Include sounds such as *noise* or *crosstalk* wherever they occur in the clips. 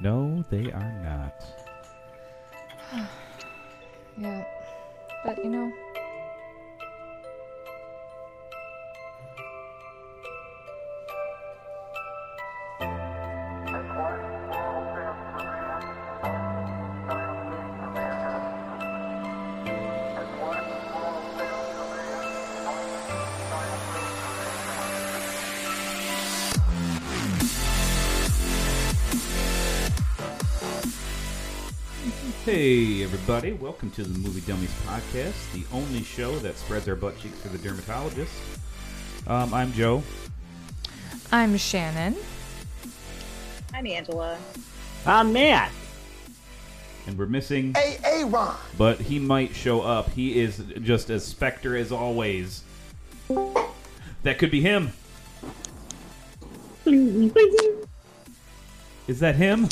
No, they are not. Yeah. But you know, Hey, everybody. Welcome to the Movie Dummies Podcast, the only show that spreads our butt cheeks to the dermatologist. Um, I'm Joe. I'm Shannon. I'm Angela. I'm Matt. and we're missing Aaron. But he might show up. He is just as specter as always. That could be him. Is that him?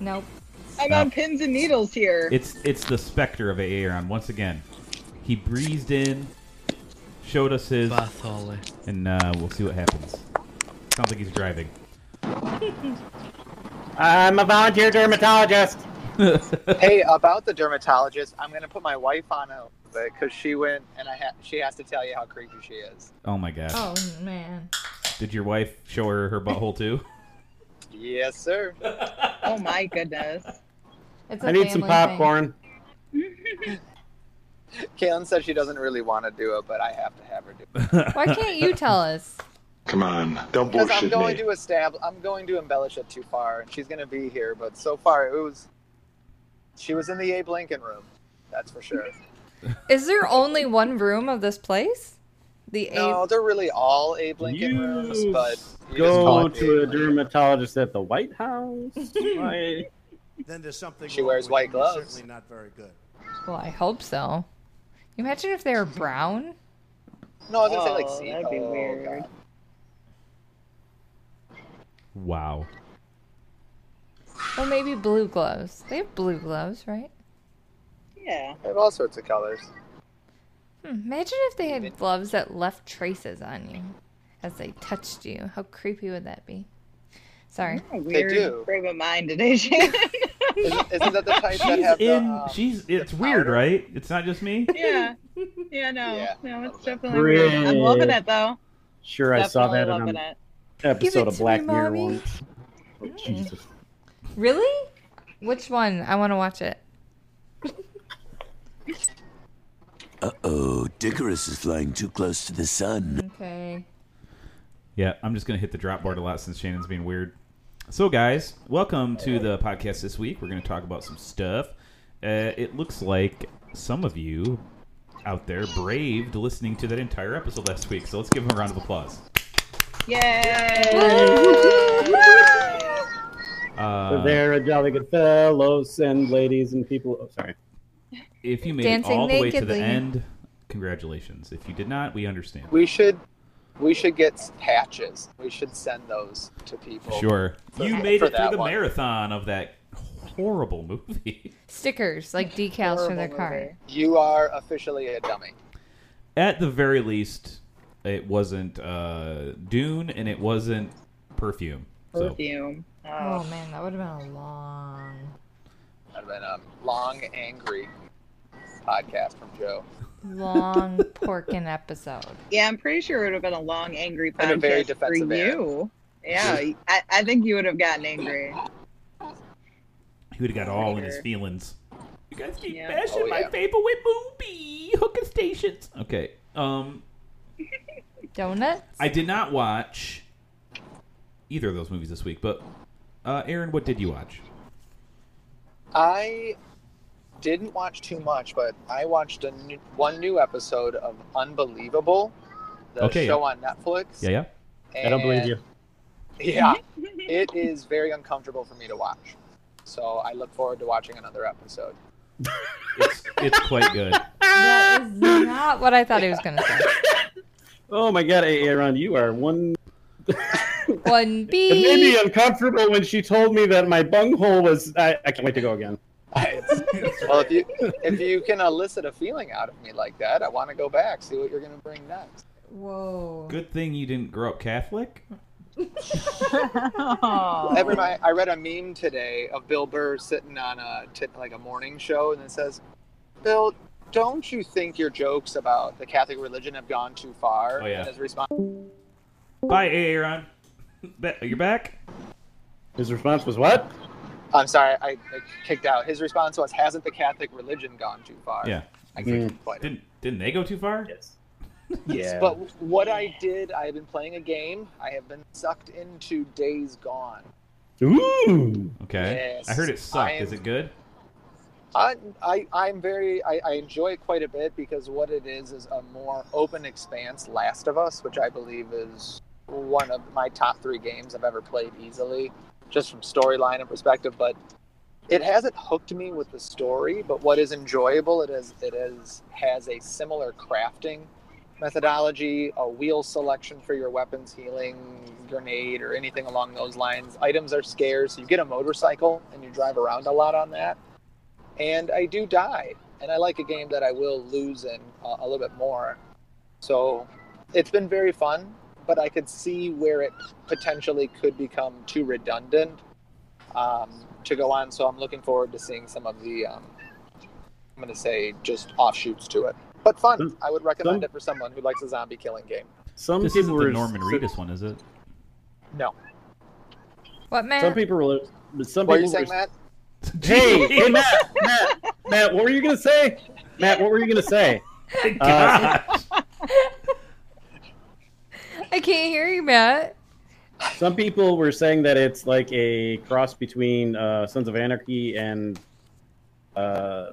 Nope. I'm Uh, on pins and needles here. It's it's the specter of Aaron once again. He breezed in, showed us his, Bathole. and uh, we'll see what happens. Sounds like he's driving. I'm a volunteer dermatologist. hey, about the dermatologist, I'm gonna put my wife on it because she went and I ha- she has to tell you how creepy she is. Oh my gosh! Oh man. Did your wife show her her butthole *laughs* too? Yes, sir. oh my goodness. It's a I need some family thing. popcorn. Caitlin said she doesn't really want to do it, but I have to have her do it Why can't you *laughs* tell us? Come on, don't because I'm bullshit going me. to establish. I'm going to embellish it too far, and she's gonna be here. But so far, it was she was in the Abe Lincoln room. That's for sure. Is there only one room of this place? The No, eighth. they're really all Abe Lincoln You rooms, but you just call Go it the Abe to a Lincoln. dermatologist at the White House. Why? then there's something. She wrong wears with white you. gloves. You're certainly not very good. Well, I hope so. You Imagine if they were brown. No, I was gonna say like Oh, sea- that'd be oh, weird. God. *laughs* wow. Or maybe blue gloves. They have blue gloves, right? Yeah. They have all sorts of colors. Hmm. Imagine if they had gloves that left traces on you as they touched you. How creepy would that be? Sorry. A weird do. frame of mind *laughs* today, Shannon. Isn't, isn't that the type that She's have the, in. um, she's. It's weird, right? It's not just me. yeah. Yeah, no. Yeah. No, it's definitely weird. I'm loving it though. Sure, I definitely saw that in loving an it. Give it episode to of Black me, Mirror mommy. once. Oh, Jesus. Really? Which one? I want to watch it. Oh, Dickerus is flying too close to the sun. Okay. Yeah, I'm just going to hit the drop board a lot since Shannon's being weird. So, guys, welcome to the podcast this week. We're going to talk about some stuff. Uh, it looks like some of you out there braved listening to that entire episode last week, so let's give them a round of applause. Yay! Uh, So there are jolly good fellows and ladies and people. Oh, sorry. if you made it Dancing all the way to the nakedly. end, congratulations. If you did not, we understand. We should we should get patches. We should send those to people. Sure. For- you made for it through that the one. marathon of that horrible movie. Stickers, like decals for their Horrible car. movie. You are officially a dummy. at the very least, it wasn't uh, Dune and it wasn't Perfume. So Perfume. Oh Oh. man, that would have been a long. I've been a long angry podcast from Joe *laughs* long porkin episode. Yeah, I'm pretty sure it would have been a long, angry podcast And a very for defensive air. you. Yeah, I, I think you would have gotten angry. he would have got all in his feelings. You guys keep Yeah. bashing Oh, my yeah. vaporwave movie hooker stations. Okay. Um, Donuts? I did not watch either of those movies this week, but uh, Aaron, what did you watch? I didn't watch too much, but I watched a new, one new episode of Unbelievable, the Okay, show yeah. on Netflix. Yeah, yeah. I don't believe and- you. *laughs* Yeah, it is very uncomfortable for me to watch. So I look forward to watching another episode. It's it's quite good. That is not what I thought he was going to say. Oh my God, Aaron, you are one. *laughs* One It made me B. uncomfortable when she told me that my bunghole was. I, I can't wait to go again. Well, if you if you can elicit a feeling out of me like that, I want to go back, see what you're going to bring next. Whoa. Good thing you didn't grow up Catholic. Oh. That remind, I read a meme today of Bill Burr sitting on a t- like a morning show, and it says, "Bill, don't you think your jokes about the Catholic religion have gone too far?" Oh, yeah. And his response, Bye, Aaron. Be- You're back. His response was what? "I'm sorry, I, I kicked out." His response was, "Hasn't the Catholic religion gone too far?" Yeah. I can't quite. Didn't didn't they go too far? Yes. Yeah. But what I did, I have been playing a game. I have been sucked into Days Gone. Ooh. Okay. Yes. I heard it sucked. I am- Is it good? I, I I'm very I, I enjoy it quite a bit because what it is is a more open expanse Last of Us, which I believe is one of my top three games I've ever played easily, just from storyline and perspective. But it hasn't hooked me with the story. But what is enjoyable, it is it is has a similar crafting methodology, a wheel selection for your weapons, healing, grenade, or anything along those lines. Items are scarce. You get a motorcycle and you drive around a lot on that and I do die. And I like a game that I will lose in uh, a little bit more. So it's been very fun, but I could see where it potentially could become too redundant um, to go on. So I'm looking forward to seeing some of the, um, I'm going to say, just offshoots to it. But fun. Some- I would recommend Hmm. some- it for someone who likes a zombie killing game. Some This people isn't were the Norman Reedus one, is *laughs* it? What man? Some people were. but Some What are you people saying, were. Matt? Hey, hey, Matt, Matt, Matt, what were you gonna say? Matt, what were you gonna say? Uh, Gosh. I can't hear you, Matt. Some people were saying that it's like a cross between uh, Sons of Anarchy and uh,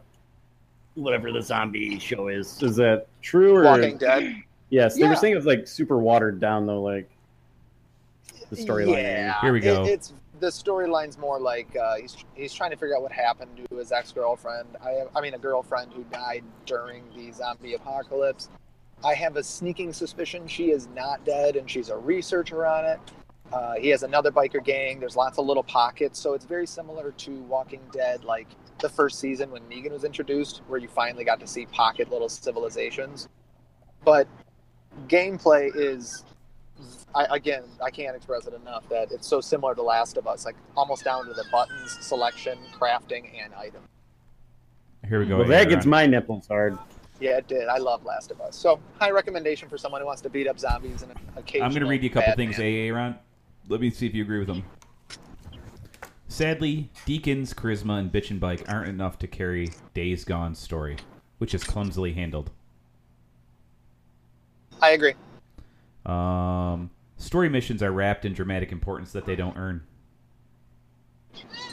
whatever the zombie show is. Is that true or Walking Dead. yes? They Yeah. were saying it was like super watered down though, like the storyline. Yeah, Here we go. It, it's the storyline's more like uh, he's he's trying to figure out what happened to his ex girlfriend. I have, I mean, a girlfriend who died during the zombie apocalypse. I have a sneaking suspicion she is not dead, and she's a researcher on it. Uh, he has another biker gang. There's lots of little pockets, so it's very similar to Walking Dead, like the first season when Negan was introduced, where you finally got to see pocket little civilizations. But gameplay is I, again, I can't express it enough that it's so similar to Last of Us, like almost down to the buttons, selection, crafting, and item. Here we go. Well, that gets Aaron. my nipples hard. Yeah, it did. I love Last of Us. So, high recommendation for someone who wants to beat up zombies and occasional. I'm going to read you a couple bad things, man. AA Ron. Let me see if you agree with them. Sadly, Deacon's charisma and bitchin' bike aren't enough to carry Days Gone's story, which is clumsily handled. eh? I agree. Um, story missions are wrapped in dramatic importance that they don't earn.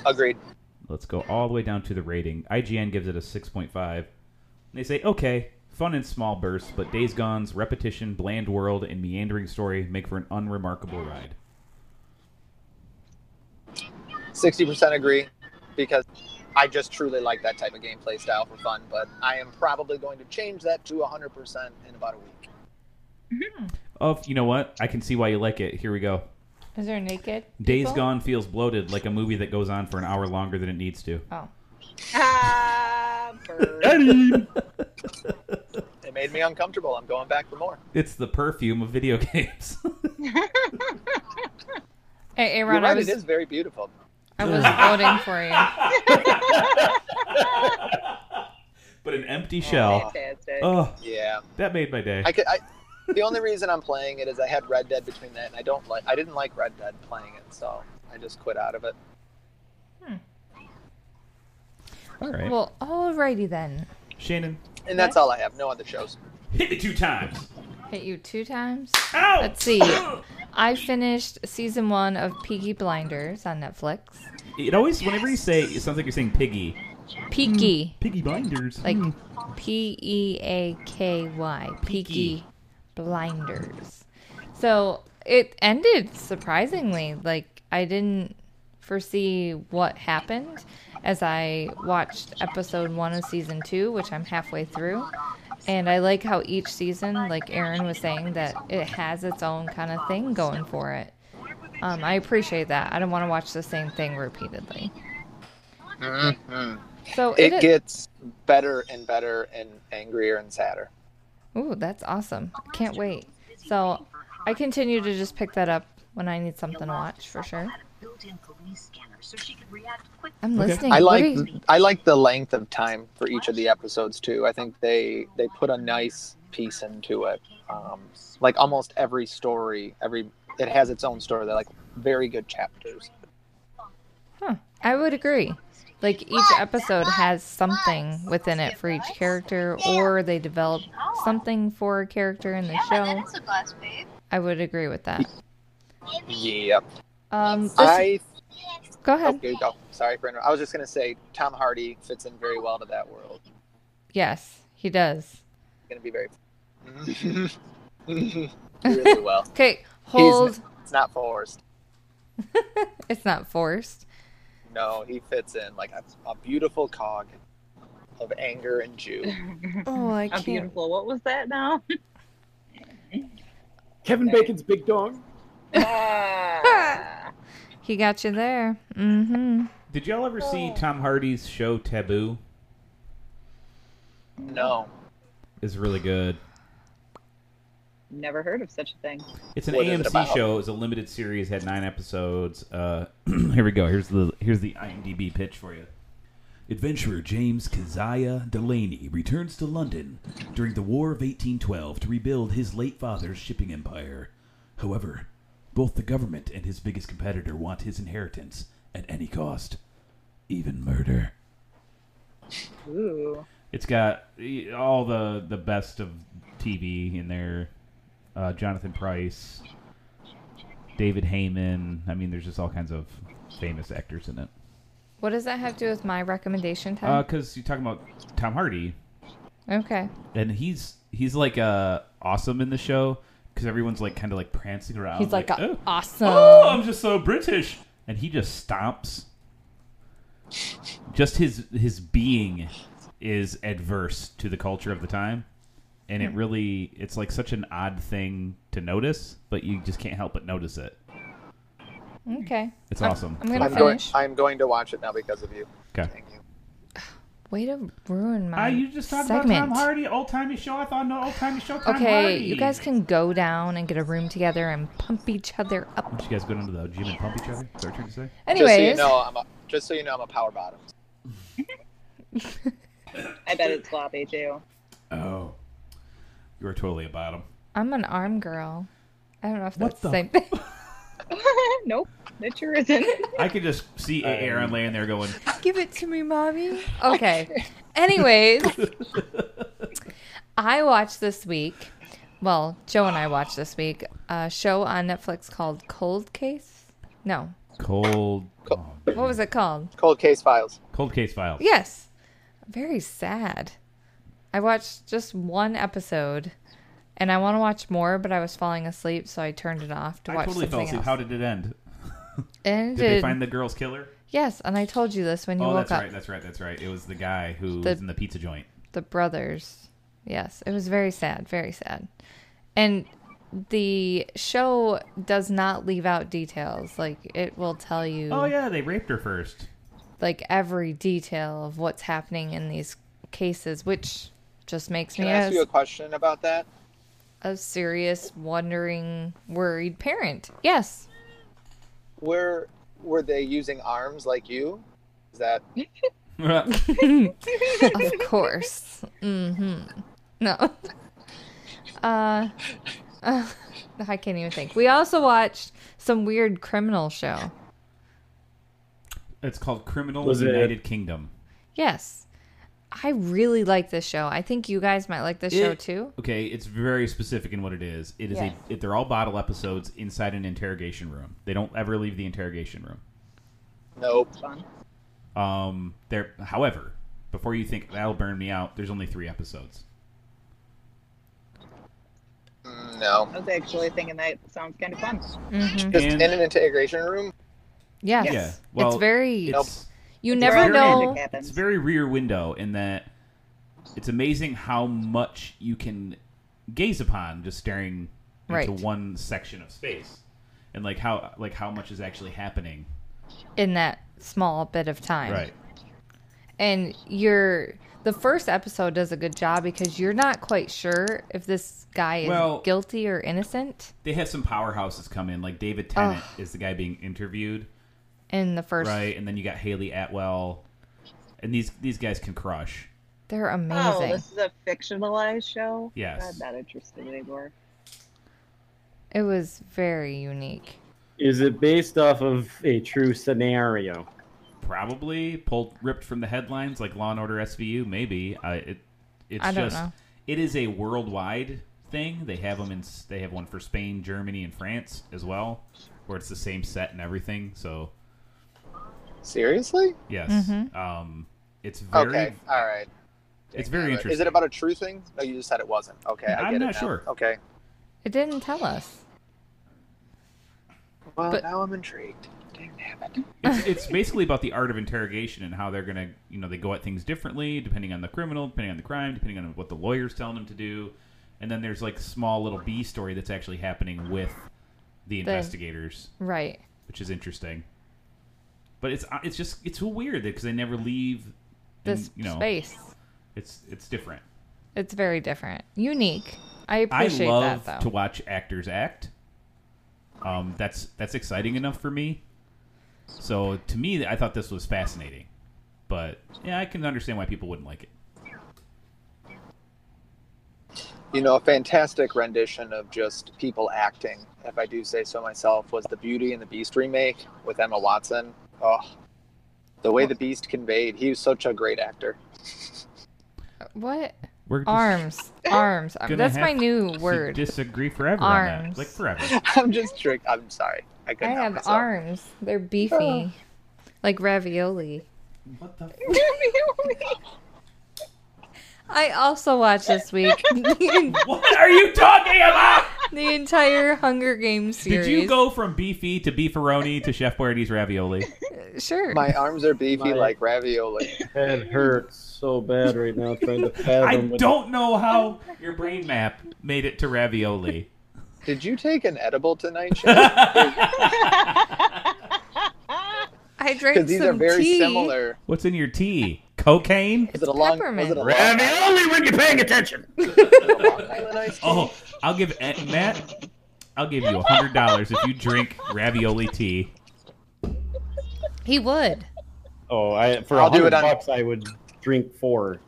Agreed. Let's go all the way down to the rating. IGN gives it a 6.5. They say, okay, fun in small bursts, but Days Gone's repetition, bland world, and meandering story make for an unremarkable ride. Sixty percent agree, because I just truly like that type of gameplay style for fun. But I am probably going to change that to hundred percent in about a week. Oh, you know what? I can see why you like it. Here we go. Is there naked? Days people? Gone feels bloated, like a movie that goes on for an hour longer than it needs to. Oh, Ah, bird. It made me uncomfortable. I'm going back for more. It's the perfume of video *laughs* games. hey, You're Aaron, I right. was It is very beautiful. I was voting for you. but an empty shell. Fantastic. Oh, Yeah. that made my day. *laughs* I could. I, the only reason I'm playing it is I had Red Dead between that, and I don't like. I didn't like Red Dead playing it, so I just quit out of it. All right. Well, alrighty then. Shannon, And that's all I have. No other shows. hit me two times. Hit you two times. Ow! Let's see. I finished season one of Peaky Blinders on Netflix. It always, whenever you say, it sounds like you're saying piggy. Peaky, Piggy blinders. like P E A K Y. Peaky Blinders. So it ended surprisingly. Like I didn't foresee what happened as I watched episode one of season two, which I'm halfway through. And I like how each season, like Aaron was saying, that it has its own kind of thing going for it. Um, I appreciate that. I don't want to watch the same thing repeatedly. So It, it, gets better and better and angrier and sadder. Ooh, that's awesome. I can't wait. So I continue to just pick that up when I need something to watch for sure. I'm Okay. listening. I What like do you- I like the length of time for each of the episodes too. I think they they put a nice piece into it. Um, like almost every story, every it has its own story. They're like very good chapters. I would agree. Like each episode has something within it for each character, or they develop something for a character in the show. Oh, that is a glass, babe. I would agree with that. Yeah, Um, this- I go ahead. okay, go. Sorry, for interrupt. I was just gonna say Tom Hardy fits in very well to that world. Yes, he does. Gonna be very *laughs* *laughs* really well. Okay, hold. It's not forced. It's not forced. No, he fits in like a, a beautiful cog of anger and Jew. *laughs* Oh, I How can't. beautiful. What was that now? Kevin Bacon's big dog. *laughs* Ah. He got you there. Mm-hmm. Did y'all ever Oh. see Tom Hardy's show Taboo? No, It's really good. Never heard of such a thing. It's an What is it AMC about? show. It was a limited series, had nine episodes. Uh, *clears throat* here we go. Here's the here's the IMDb pitch for you. Adventurer James Keziah Delaney returns to London during the War of 1812 to rebuild his late father's shipping empire. However, both the government and his biggest competitor want his inheritance at any cost, even murder. Ooh. It's got eh, all the the best of TV in there. Uh, Jonathan Price, David Heyman. I mean, there's just all kinds of famous actors in it. Uh, What does that have to do with my recommendation, Tom? Because you're talking about Tom Hardy, okay. and he's he's like uh, awesome in the show because everyone's like kind of like prancing around. He's like, oh, awesome. oh, I'm just so British, and he just stomps. Just his his being is adverse to the culture of the time, and Hmm. it really it's like such an odd thing to notice, but you just can't help but notice it. Okay. It's I'm- awesome. I'm gonna I'm going. finish. I'm going to watch it now because of you. Okay. Thank you. Way to ruin my Ah, you just talked Uh, segment. about Tom Hardy, old timey show. I thought no old timey show. Tom okay, Hardy. you guys can go down and get a room together and pump each other up. Don't you guys go into the gym and pump each other? Is that what you're trying to say? Anyways, just so you know, I'm a, just so you know, I'm a power bottom. I bet it's floppy too. *laughs* Oh, you're totally a bottom. I'm an arm girl. I don't know if What that's the the same thing. nope. That sure isn't. *laughs* I could just see Aaron laying there going, *laughs* Give it to me, mommy. *laughs* Okay. Anyways, I watched this week. Well, Joe and I watched this week a show on Netflix called Cold Case. No, cold. oh, what was it called? Cold case files. Cold case files. Yes. Very sad. I watched just one episode and I want to watch more, but I was falling asleep, so I turned it off to I watch totally fell something asleep. else. How did it end? and Did they find the girl's killer? Yes, and I told you this when you oh, woke that's up. right. That's right. That's right. It was the guy who The- was in the pizza joint. the brothers. Yes, it was very sad, very sad. And the show does not leave out details. Like it will tell you Oh yeah, they raped her first. *laughs* like every detail of what's happening in these cases, which just makes Can me I ask you a a, question about that? a serious, wondering, worried parent. Yes. Were were they using arms like you? Is that Of course. hmm No. Uh, uh, I can't even think. We also watched some weird criminal show. it's called Criminal Was it- United Kingdom. Yes. I really like this show. I think you guys might like this show It- too. Okay, it's very specific in what it is. It is Yes. a. It, they're all bottle episodes inside an interrogation room. They don't ever leave the interrogation room. nope? Fun. Um, there. However, before you think that'll burn me out, there's only three episodes. Mm, No. I was actually thinking that sounds kind of fun. hmm Just And- in an integration room. Yes. Yeah. Well, it's very. It's you It's never very know. magic happens. it's very rear window in that it's amazing how much you can gaze upon just staring Right. into one section of space, and like how like how much is actually happening. in that small bit of time. and you're the first episode does a good job because you're not quite sure if this guy is Well- guilty or innocent They had some powerhouses come in, like David Tennant is the guy being interviewed, in the first. right? And then you got Haley Atwell, and these these guys can crush. They're Oh, amazing. this is a fictionalized show. Yes. God, not interested anymore. It was very unique. Is it based off of a true scenario? Probably pulled ripped from the headlines, like Law and Order SVU. Maybe I it it's I don't just know. it is a worldwide thing. They have them in s- they have one for Spain, Germany, and France as well, where it's the same set and everything. So Seriously? yes, Mhm. um, it's very okay. All right. it's very interesting. Is it about a true thing? No, you just said it wasn't. Okay, I I'm get it not now. sure. Okay. It didn't tell us. Well, But- now I'm intrigued. Damn it. it's, it's basically about the art of interrogation and how they're gonna you know they go at things differently depending on the criminal depending on the crime depending on what the lawyer's telling them to do and then there's like small little b story that's actually happening with the The- investigators Right. which is interesting but it's uh, it's just it's so weird because they never leave and, This you know space. it's it's different It's very different. Unique. I i appreciate love that to though. watch actors act um that's that's exciting enough for me so to me i thought this was fascinating but yeah i can understand why people wouldn't like it You know, a fantastic rendition of just people acting, if I do say so myself, was the Beauty and the Beast remake with Emma Watson. Oh, the way the Beast conveyed, he was such a great actor. *laughs* What? We're just Arms. Arms. *laughs* gonna That's my have new to word. disagree forever on that. Arms. Like forever. I'm just tricked. I'm sorry. I I couldn't. help have myself. arms. They're beefy. Like ravioli. what the? I also watched this week *laughs* *laughs* the What are you talking about? entire Hunger Games series. Did you go from beefy to beefaroni to Chef Boyardee's ravioli? Sure. My arms are beefy My- *laughs* like ravioli. That hurts so bad right now trying to fathom. I what- don't know how your brain map made it to ravioli. *laughs* Did you take an edible tonight, Shannon? I drank Because some these are very tea. similar. What's in your tea? Cocaine? Was it a long? peppermint. Was it a long? Ravioli when you're paying attention. Long Island iced tea? Oh, I'll give eh, Matt. I'll give you a hundred dollars if you drink ravioli tea. He would. Oh, I for I'll a do hundred it on- bucks I would drink four.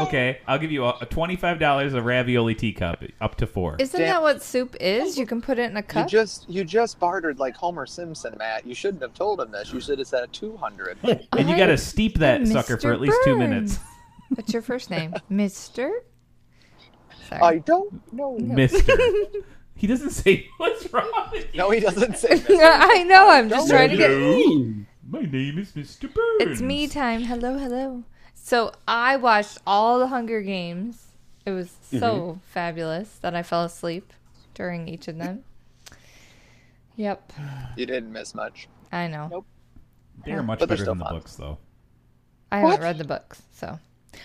Okay, I'll give you a, a twenty-five dollars a ravioli teacup, up to four. Isn't Damn. that what soup is? You can put it in a Oh, You cup. just you just bartered like Homer Simpson, Matt. You shouldn't have told him this. You should have said a two hundred. and you I- gotta steep that Mr. sucker for at least two minutes. Burns. What's your first *laughs* name, Mister? Sorry. I don't know. Mister. He doesn't say what's wrong with you. No, he *laughs* doesn't say. Mister. I know. I'm just Don't trying to get. My name is Mr. Burns. It's me time. Hello, hello. So I watched all the Hunger Games. It was so Mm-hmm. fabulous that I fell asleep during each of them. Yep, You didn't miss much. I know. Nope. They're much But they're better still than the fun. books, though. I haven't read the books, so.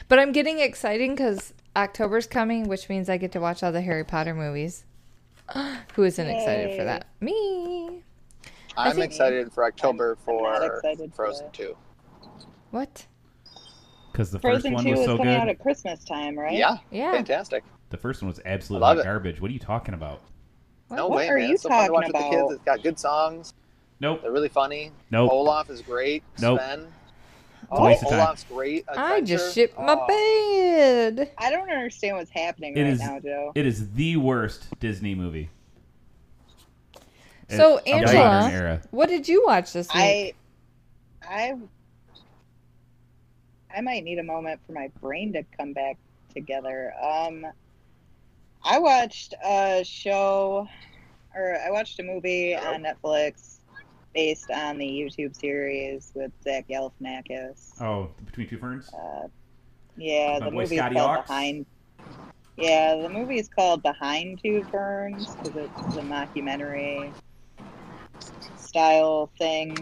But I'm getting excited because October's coming, which means I get to watch all the Harry Potter *gasps* movies. Who isn't excited for Yay. that? Me. I'm think- excited for October not for excited for Frozen it. Two. What? Because the first Frozen one 2 was is so coming out good. at Christmas time, right? Yeah, Yeah. fantastic. The first one was absolute I love hot it. garbage. What are you talking about? No What way, are man. you It's so fun to watch talking with the about? kids. It's got good songs. Nope. They're really funny. Nope. Olaf is great. Nope. Sven. Oh, a waste of time. Olaf's great. I just adventure. shit my Oh, bed. I don't understand what's happening It right is- now, Joe. It is the worst Disney movie. So, Of the modern Angela- era. What did you watch this week? I, I, I might need a moment for my brain to come back together. Um, I watched a show, or I watched a movie on Netflix based on the YouTube series with Zach Galifianakis. Oh, Between Two Ferns? Uh, yeah, My the boy movie's Scotty called Ox. Behind. Yeah, the movie's called Behind Two Ferns because it's a mockumentary style thing.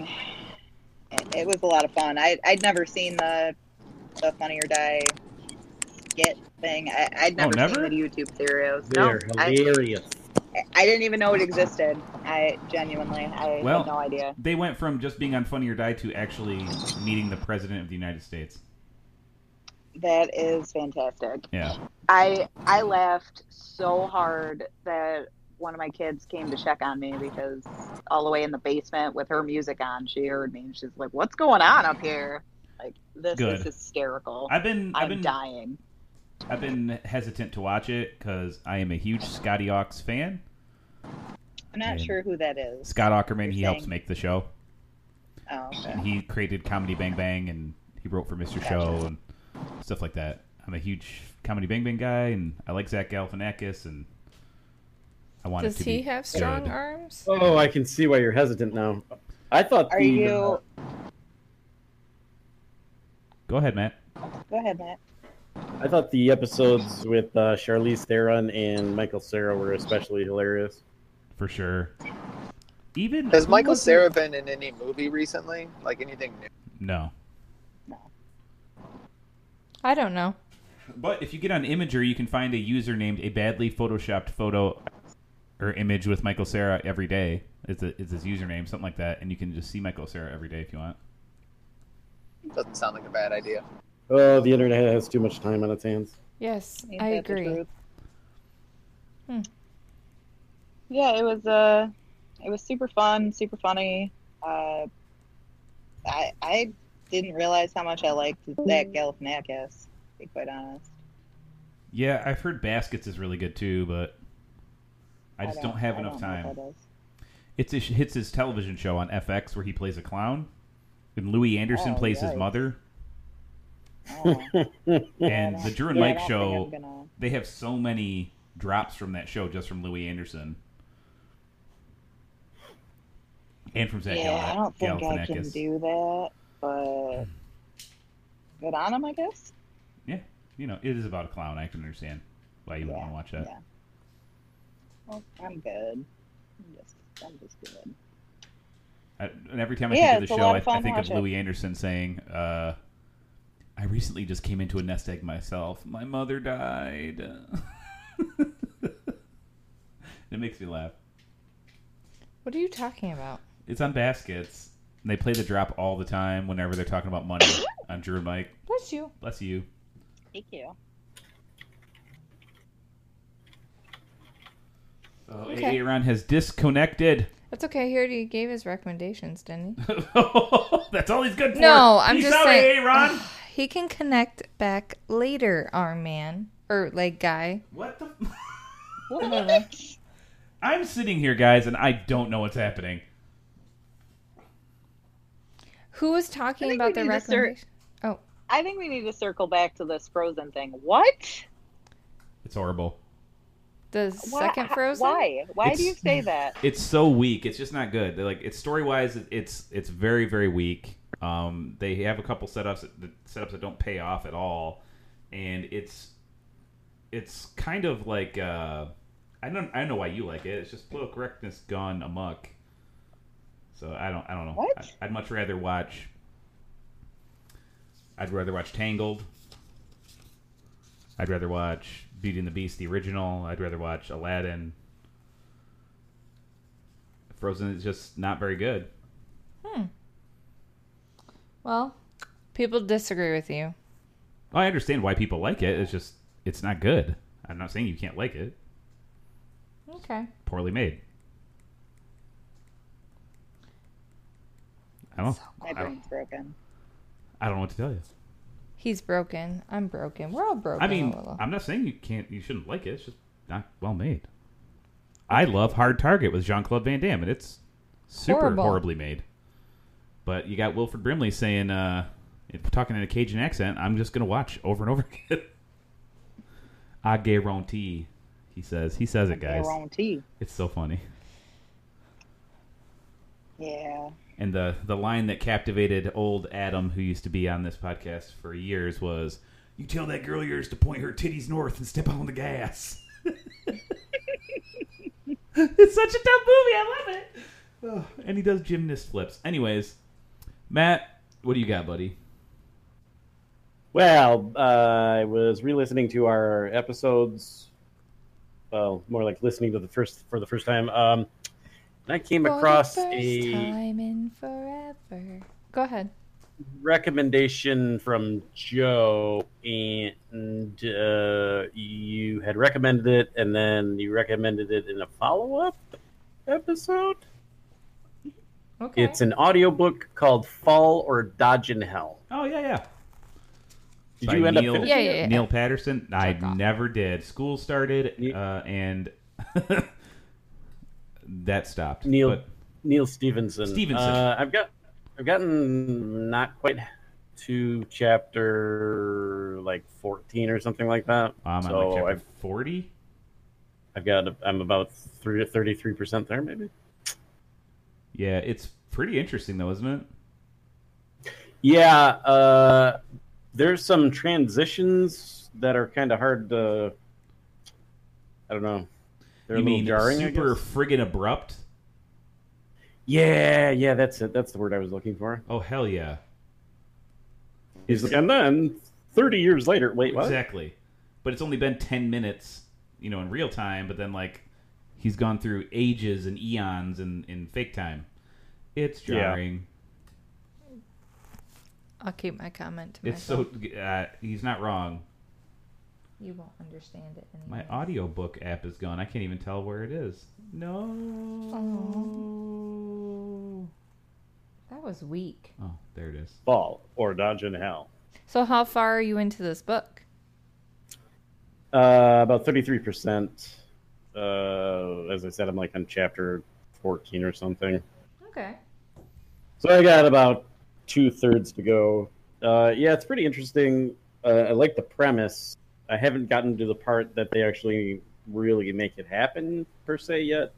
And it was a lot of fun. I I'd never seen the the Funny or Die skit thing. I, I'd Oh, never, never? seen the YouTube series. They're no, I, hilarious. I didn't even know it existed. I genuinely, I Well- had no idea. They went from just being on Funny or Die to actually meeting the president of the United States. That is fantastic. Yeah. I I laughed so hard that one of my kids came to check on me because all the way in the basement with her music on, she heard me and she's like, "What's going on up here?" Like this Good. is hysterical. I've been I've I'm been dying. I've been hesitant to watch it because I am a huge Scotty Ox fan. I'm not Same. sure who that is. Scott Ackerman, he You're helps saying- make the show. Oh, okay. And he created Comedy Bang Bang and he wrote for Mr. Show and stuff like that. I'm a huge Comedy Bang Bang guy and I like Zach Galifianakis and I want Does it to he be have strong good. arms? Oh, I can see why you're hesitant now. I thought Are the, you? Go ahead, Matt. Go ahead, Matt. I thought the episodes with uh, Charlize Theron and Michael Cera were especially hilarious. For sure. Even Has Michael who was Cera been in any movie recently? Like anything new? it? No. I don't know. But if you get on Imager, you can find a user named a badly photoshopped photo or image with Michael Sarah every day. It's, a, it's his username, something like that, and you can just see Michael Sarah every day if you want. Doesn't sound like a bad idea. Oh, the internet has too much time on its hands. *laughs* Yes, Ain't I that the agree. truth? Hmm. Yeah, it was uh it was super fun, super funny. Uh, I I didn't realize how much I liked Zach Galifianakis. To be quite honest, Yeah, I've heard Baskets is really good too, but I just don't, have I enough don't know time. what that is. It's his, it's his television show on FX where he plays a clown, and Louis Anderson Oh, plays his yikes. mother, *laughs* Oh, yeah, I and don't- the Drew and yeah, I Mike don't think show. I'm gonna- They have so many drops from that show just from Louis Anderson. And from Zach Yeah, I don't Gal- think I can Galifianakis. do that, but good on him, I guess. You know, it is about a clown. I can understand why you would Yeah, want to watch that. yeah. Well, I'm good. I'm just, I'm just good. I, and every time I Yeah, think it's of a the show, lot I, of fun I think of watching. Louis Anderson saying, uh, "I recently just came into a nest egg myself. My mother died." *laughs* it makes me laugh. What are you talking about? It's on baskets. And they play the drop all the time whenever they're talking about money on Drew and Mike. Bless you. Bless you. Thank you. So Okay. Aaron has disconnected. That's okay. He already gave his recommendations, didn't he? *laughs* That's all he's good for. No, I'm Peace just out, saying. Aaron. Ugh, *sighs* he can connect back later, our man or like guy. What the? Whatever. *laughs* I'm sitting here, guys, and I don't know what's happening. Who was I talking think about we the need to start- recommendation? I think we need to circle back to this Frozen thing. What? It's horrible. The Why- second Frozen. Why? Why do you It's- say that? *laughs* It's so weak. It's just not good. They're like it's story wise, it's it's very very weak. Um, they have a couple setups that, setups that don't pay off at all, and it's it's kind of like uh, I don't I don't know why you like it. It's just political correctness gone amok. So I don't I don't know. What? I, I'd much rather watch. I'd rather watch Tangled. I'd rather watch Beauty and the Beast, the original. I'd rather watch Aladdin. Frozen is just not very good. Well, people disagree with you. I understand why people like it. It's just it's not good. I'm not saying you can't like it. Okay. Poorly made. I don't. My I, brain's broken. I don't know what to tell you. He's broken. I'm broken. We're all broken. Oh, I mean, a little. I'm not saying you can't. You shouldn't like it. It's just not well made. I love Hard Target with Jean Claude Van Damme, and it's super Horrible. horribly made. But you got Wilford Brimley saying, uh, if talking in a Cajun accent, I'm just gonna watch over and over *laughs* again. I guarantee, he says. He says it, guys. Guarantee. It's so funny. Yeah. And the the line that captivated old Adam, who used to be on this podcast for years, was, "You tell that girl yours to point her titties north and step on the gas." *laughs* it's such a dumb movie. I love it. Oh, and he does gymnast flips. Anyways, Matt, what do you got, buddy? Well, uh, I was re-listening to our episodes well, more like listening to the first for the first time. Um, and I came across For the first a time in forever. Go ahead. recommendation from Joe, and uh, you had recommended it, and then you recommended it in a follow up episode. Okay. It's an audiobook called Fall or Dodge in Hell. Oh yeah, yeah. Did By you end up Neil- yeah, finishing it? yeah, yeah. Neil Patterson. I Jerk off. never did. School started, Ye- uh, and *laughs* that stopped. Neil But Neil Stevenson. Stevenson. Uh, I've got I've gotten not quite to chapter like fourteen or something like that. I'm on so like chapter I've forty. I've got I'm about three thirty three percent there maybe. Yeah, it's pretty interesting though, isn't it? Yeah, uh, there's some transitions that are kind of hard to. I don't know. They're a you little mean jarring. I super guess. friggin' abrupt? Yeah, yeah, that's it. That's the word I was looking for. Oh hell yeah! He's like, and then thirty years later. Wait, what? Exactly. But it's only been 10 minutes, you know, in real time, but then, like, he's gone through ages and eons in, in fake time. It's Yeah. jarring. I'll keep my comment to It's myself. so. Uh, he's not wrong. You won't understand it anyway. My audiobook app is gone. I can't even tell where it is. No. That was weak. Oh, there it is. Fall or dodge in hell. So how far are you into this book? Uh, about thirty-three percent. Uh, as I said, I'm like on chapter fourteen or something. Okay. So I got about two thirds to go. Uh, yeah, it's pretty interesting. Uh, I like the premise. I haven't gotten to the part that they actually really make it happen per se yet.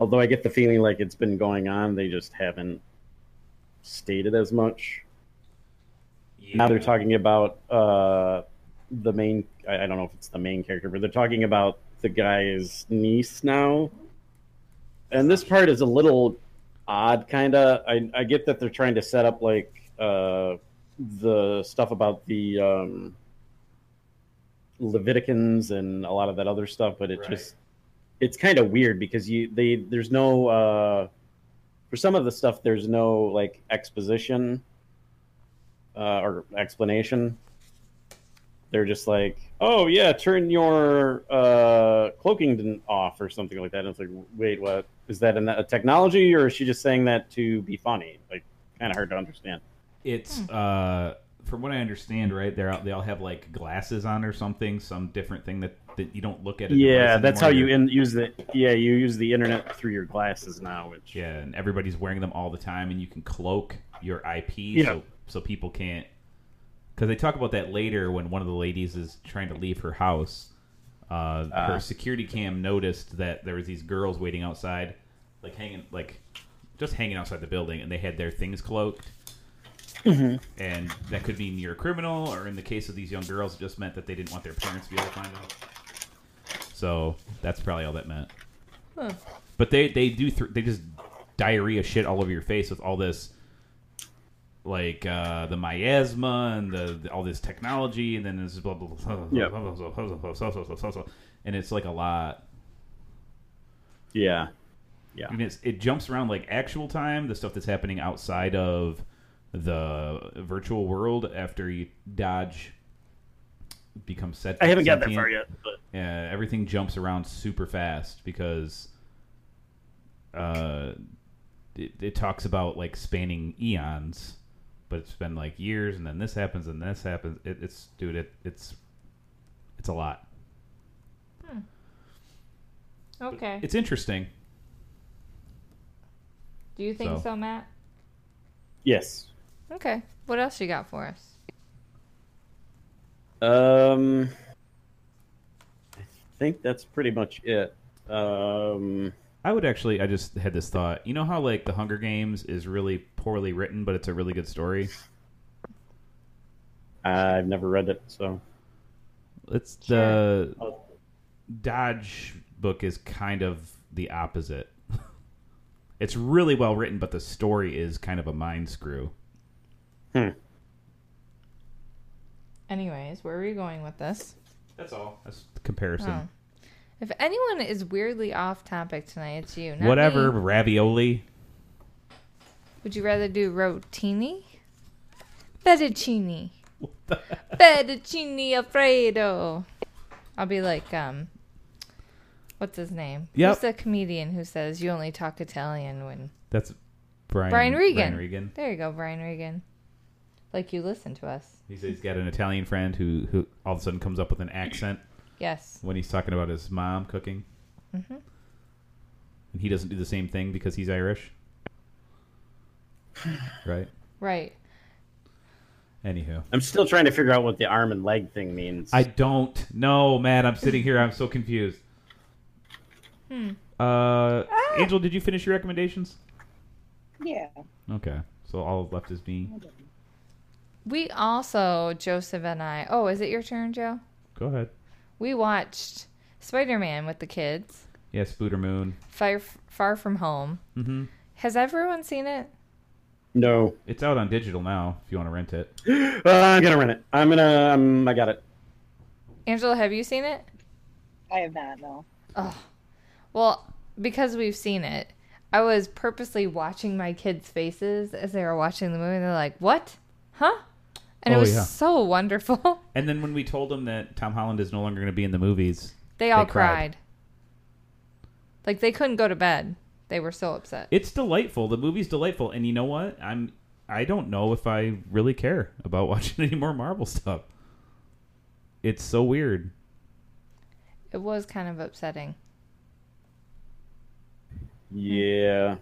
Although I get the feeling like it's been going on, they just haven't stated as much. Now they're talking about uh, the main. I, I don't know if it's the main character, but they're talking about the guy's niece now. And this part is a little odd, kind of. I, I get that they're trying to set up like uh, the stuff about the um, Leviticans and a lot of that other stuff, but it Right. just it's kind of weird because you they there's no uh, for some of the stuff there's no like exposition uh, or explanation. They're just like, oh yeah, turn your uh, cloaking d- off or something like that. And it's like, wait, what is that? In a technology, or is she just saying that to be funny? Like, kind of hard to understand. It's uh, from what I understand, right? They're out. They all have like glasses on or something, some different thing that, that you don't look at. a Yeah, device that's how anymore. you You're- in, use the yeah you use the internet through your glasses now. Which Yeah, and everybody's wearing them all the time, and you can cloak your IP so so people can't. Because they talk about that later when one of the ladies is trying to leave her house. Uh, Ah. her security cam noticed that there was these girls waiting outside, like hanging, like just hanging outside the building, and they had their things cloaked. And that could mean you're a criminal, or in the case of these young girls, it just meant that they didn't want their parents to be able to find them. So that's probably all that meant. But they they do th- they just diarrhea shit all over your face with all this like uh, the miasma and the, the- all this technology and then this blah blah blah, blah, Yep. blah, blah, blah, blah, blah, blah, blah, blah. and it's like a lot. yeah, I mean, it's, it jumps around like actual time, the stuff that's happening outside of the virtual world after you dodge become set. I haven't got that sentient. far yet, but Yeah, everything jumps around super fast because uh, it, it talks about like spanning eons, but it's been like years, and then this happens, and this happens. It, it's dude, it, it's it's a lot. Okay. It's interesting. Do you think so. so. Matt? yes. Okay. What else you got for us? Um, I think that's pretty much it. Um, I would actually. I just had this thought. You know how like the Hunger Games is really poorly written, but it's a really good story. I've never read it, so It's the Dodge book is kind of the opposite. *laughs* it's really well written, but the story is kind of a mind screw. Anyways, where were you going with this? That's all. That's the comparison. Oh. If anyone is weirdly off topic tonight, it's you. Not Whatever, me. ravioli. Would you rather do rotini? *laughs* Fettuccine. What the- Fettuccine Alfredo. I'll be like, um, what's his name? Yep. Who's the comedian who says you only talk Italian when. That's Brian, Brian Regan. Brian Regan. There you go, Brian Regan. Like you listen to us. He says he's got an Italian friend who, who all of a sudden comes up with an accent Yes. when he's talking about his mom cooking. Mm-hmm. And he doesn't do the same thing because he's *sighs* Irish. Right? Right. Anywho. I'm still trying to figure out what the arm and leg thing means. I don't know, Matt. I'm sitting here. I'm so confused. Uh, Angel, did you finish your recommendations? Yeah. Okay. So all left is me. We also, Joseph and I. Oh, is it your turn, Joe? Go ahead. We watched Spider Man with the kids, Yeah, Spooter Moon. Far, Far From Home. Mm-hmm. Has everyone seen it? no, *gasps* It's out on digital now. If you want to rent it, Uh, I'm gonna run it. I'm gonna. Um, I got it. Angela, have you seen it? I have not, no. Well, because we've seen it, I was purposely watching my kids' faces as they were watching the movie. and They're like, "What? Huh?" And Oh, it was yeah. so wonderful. *laughs* and then when we told them that Tom Holland is no longer going to be in the movies, They all cried. cried. Like they couldn't go to bed. They were so upset. it's delightful. The movie's delightful, and you know what? I'm I don't know if I really care about *laughs* watching any more Marvel stuff. It's so weird. It was kind of upsetting. Yeah.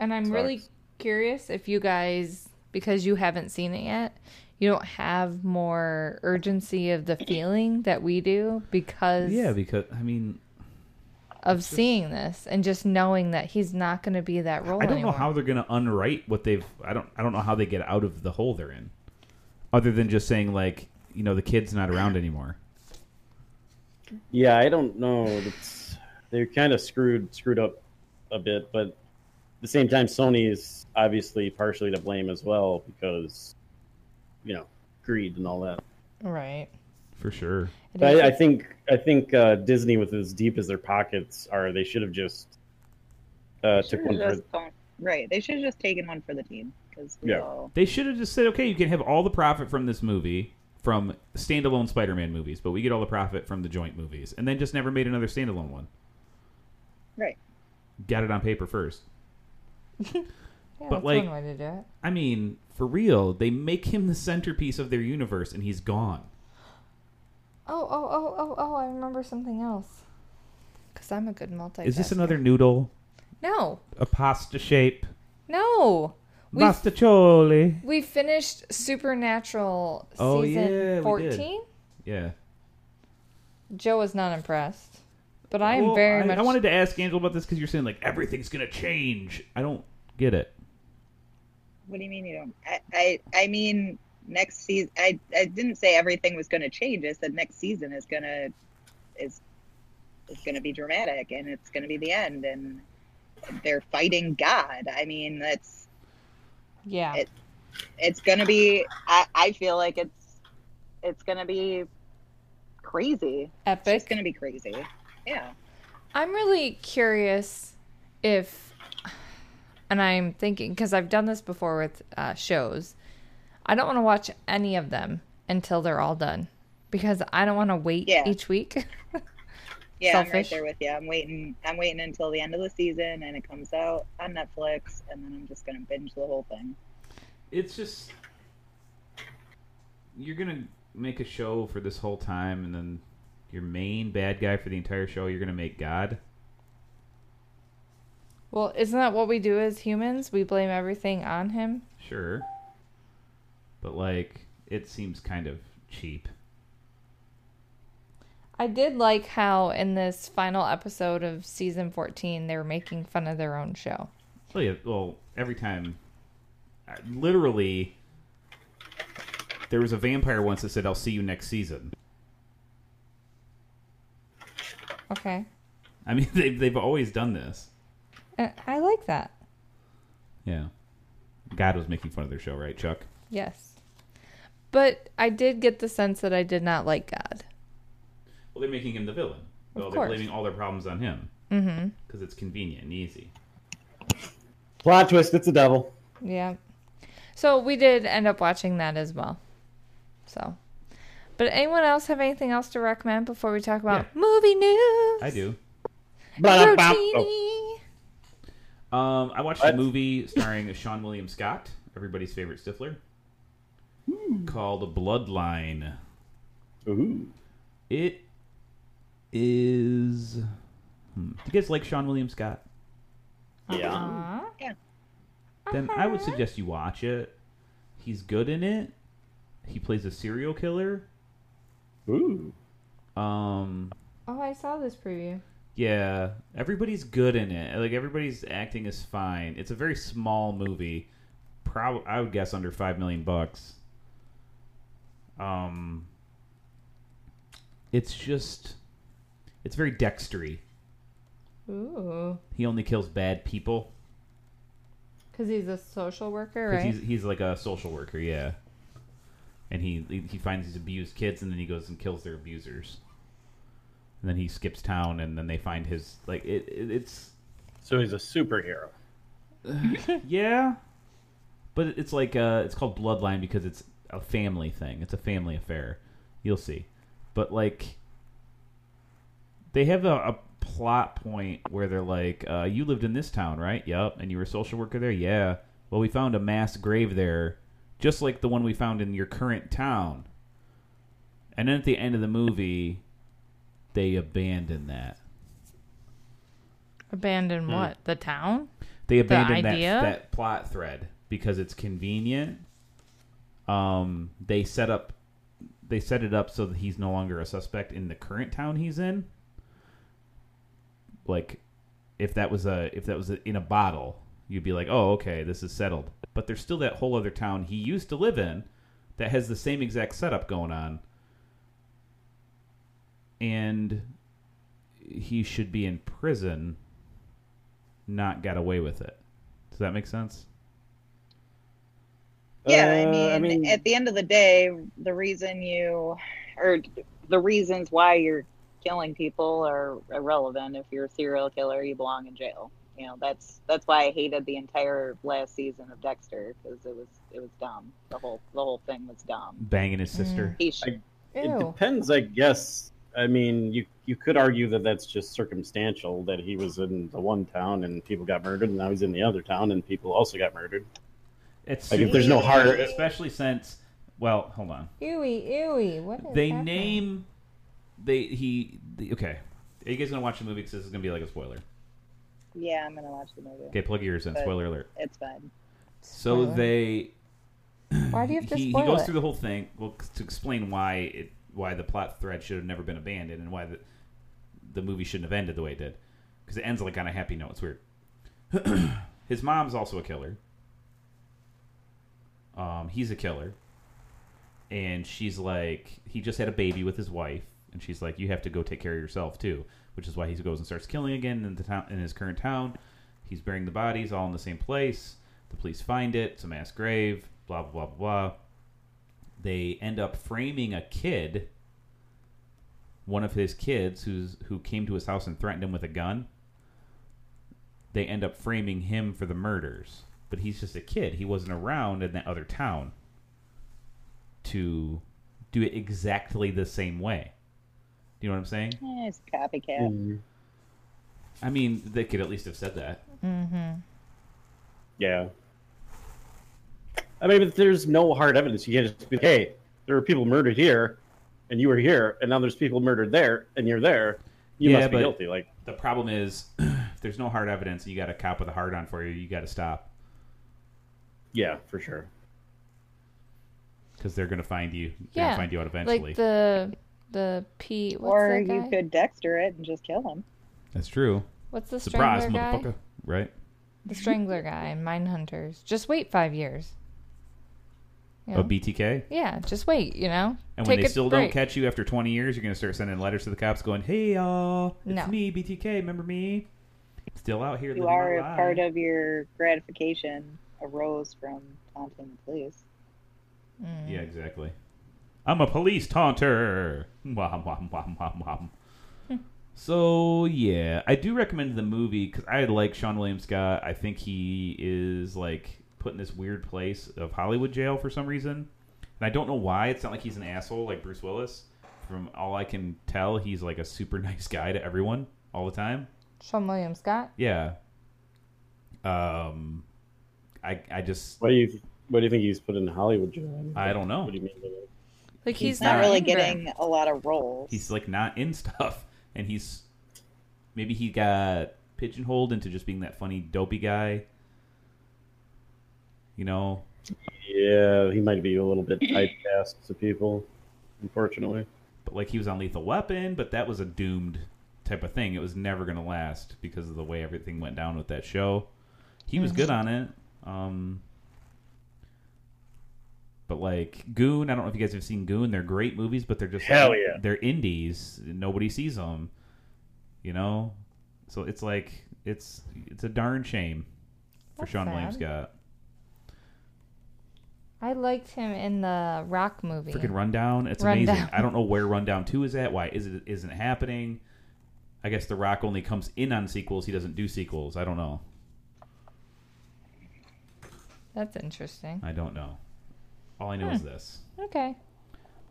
And I'm really Sucks. curious if you guys, because you haven't seen it yet, you don't have more urgency of the feeling that we do because Yeah, because I mean, of seeing this and just knowing that he's not going to be that role I don't anymore. know how they're going to unwrite what they've. I don't. I don't know how they get out of the hole they're in, other than just saying like, you know, the kid's not around anymore. Yeah, I don't know. It's, they're kind of screwed screwed up a bit, but at the same time, Sony is obviously partially to blame as well because you know greed and all that. Right. For sure. It But is- I, I think I think uh, Disney, with as deep as their pockets are, they should have just uh, took Should've one for just gone- Right. They should have just taken one for the team. Because we Yeah. all. They should have just said, okay, you can have all the profit from this movie from standalone Spider-Man movies, but we get all the profit from the joint movies, and then just never made another standalone one. Right. Got it on paper first. yeah, but, that's like- one way to do it. I mean, for real, they make him the centerpiece of their universe, and he's gone. Oh, oh, oh, oh, oh! I remember something else. Because I'm a good multi. Is this another noodle, No, a pasta shape, no. We masticholi? we finished Supernatural Oh, season yeah, we did. fourteen. Yeah. Joe was not impressed, but I am Well, very I, much. I wanted to ask Angel about this because you're saying like everything's gonna change. I don't get it. What do you mean you don't? I, I, I mean, next season. I, I didn't say everything was going to change. I said next season is going to is is going to be dramatic, and it's going to be the end, and they're fighting God. I mean, that's yeah, it- it's going to be. I, I feel like it's it's going to be crazy. epic. It's going to be crazy. Yeah. I'm really curious if, and I'm thinking because I've done this before with uh, shows. I don't want to watch any of them until they're all done because I don't want to wait Yeah. each week. *laughs* Yeah, I'm Selfish. right there with you. I'm waiting. I'm waiting until the end of the season, and it comes out on Netflix, and then I'm just gonna binge the whole thing. It's just you're gonna make a show for this whole time, and then your main bad guy for the entire show you're gonna make God. well, isn't that what we do as humans? We blame everything on him. Sure, but like it seems kind of cheap. I did like how in this final episode of season 14 they were making fun of their own show. Well, Oh, yeah, well, every time, I- literally, there was a vampire once that said, "I'll see you next season." Okay. I mean, *laughs* they, they've always done this. And Uh, I like that. Yeah. God was making fun of their show, right, Chuck? Yes. But I did get the sense that I did not like God. Well, Well, they're making him the villain. Of So they're course. blaming all their problems on him Mm-hmm. because it's convenient and easy. Plot twist, it's the devil. Yeah. So we did end up watching that as well. So, but anyone else have anything else to recommend before we talk about movie news? I do. Blah, blah, blah. Oh, Rotini. Um, I watched a What? movie starring *laughs* Sean William Scott, everybody's favorite Stifler, Hmm. called Bloodline. Oh, ooh. It is. Hmm. Do you guys like Sean William Scott? Uh-uh. Yeah. Aw. Yeah. Then I Uh-huh. would suggest you watch it. He's good in it. He plays a serial killer. Ooh. Um, Oh, I saw this preview. yeah, everybody's good in it. Like everybody's acting is fine. It's a very small movie. Probably, I would guess under five million bucks. Um, it's just, it's very Dextery. Ooh, He only kills bad people. because he's a social worker, 'Cause right? He's he's like a social worker, yeah. And he he- he finds these abused kids, and then he goes and kills their abusers. And then he skips town, and then they find his like it, it it's So he's a superhero. yeah, but it- it's like uh it's called Bloodline because it's a family thing. It's a family affair. You'll see, but like they have a. a plot point where they're like uh, you lived in this town right yep and you were a social worker there yeah well we found a mass grave there just like the one we found in your current town. And then at the end of the movie, they abandon that. Abandon Hmm. what? The town? They abandon that, idea? that plot thread because it's convenient. Um, they set up, they set it up so that he's no longer a suspect in the current town he's in. Like, if that was a if that was a, in a bottle, you'd be like, oh, okay, this is settled. But there's still that whole other town he used to live in that has the same exact setup going on, and he should be in prison not got away with it. Does that make sense? Yeah, I, Uh, mean, at the end of the day, the reason you, or the reasons why you're killing people are irrelevant. If you're a serial killer, you belong in jail. You know, that's that's why I hated the entire last season of Dexter because it was it was dumb. The whole the whole thing was dumb. Banging his sister. He sh- I- it Ew. depends, I guess. I mean, you you could argue that that's just circumstantial that he was in the one town and people got murdered, and now he's in the other town and people also got murdered. Mm. It's Like, if there's no heart- especially since. Well, hold on. Ewy, ewy. What is They happening? name they he the, okay. Are you guys gonna watch the movie? Because this is gonna be like a spoiler. yeah, I'm gonna watch the movie. Okay, plug your ears in. Okay. Spoiler alert. It's fine. So Spoiler. they Why do you have to he, he spoil goes it? through the whole thing well c- to explain why it why the plot thread should have never been abandoned and why the the movie shouldn't have ended the way it did because it ends like on a happy note. It's weird. *clears throat* His mom's also a killer. Um, he's a killer, and she's like he just had a baby with his wife, and she's like you have to go take care of yourself too, which is why he goes and starts killing again in the town in his current town. He's burying the bodies all in the same place. The police find it. It's a mass grave. Blah blah blah blah blah. They end up framing a kid, one of his kids who's who came to his house and threatened him with a gun. They end up framing him for the murders, but he's just a kid. He wasn't around in that other town to do it exactly the same way. Do you know what I'm saying? Eh, it's a copycat. I mean, they could at least have said that. Yeah. I mean, but there's no hard evidence. You can't just be, hey, there were people murdered here, and you were here, and now there's people murdered there, and you're there. You Yeah, must be but- guilty. Like, the problem is *clears throat* if there's no hard evidence and you got a cop with a hard on for you you got to stop yeah, for sure. because they're going to find you they're going Yeah, to find you out eventually Like the the P. What's or that guy? you could Dexter it and just kill him. that's true What's the surprise strangler guy? motherfucker right The strangler guy in Mindhunters. Just wait five years. You a know? btk yeah, just wait. You know. and Take when they a still break. don't catch you after 20 years you're going to start sending letters to the cops going hey y'all it's No. me btk remember me still out here You living my are life." part of your gratification arose from taunting the police. Mm. yeah exactly I'm a police taunter. Wham, wham, wham, wham, wham. so yeah, I do recommend the movie because I like Sean William Scott. I think he is like put in this weird place of Hollywood jail for some reason, and I don't know why. It's not like he's an asshole like Bruce Willis. From all I can tell, he's like a super *laughs* nice guy to everyone all the time. Sean William Scott. Yeah. Um, I I just What do you What do you think he's put in Hollywood jail? mean, I don't know. What do you mean? By that? Like He's he's, not not really younger. getting a lot of roles. he's like not in stuff *laughs* and he's maybe he got pigeonholed into just being that funny dopey guy you know Yeah, he might be a little bit typecast to people, unfortunately. but like he was on lethal weapon but that was a doomed type of thing it was never going to last because of the way everything went down with that show he was good on it um but like goon i don't know if you guys have seen goon they're great movies but they're just Hell yeah. they're indies nobody sees them you know so it's like it's it's a darn shame for That's sean william sad. scott I liked him in the Rock movie. freaking rundown it's amazing Rundown. i don't *laughs* know where rundown 2 is at why is it isn't it happening i guess the rock only comes in on sequels he doesn't do sequels i don't know That's interesting. i don't know all i know is this Okay.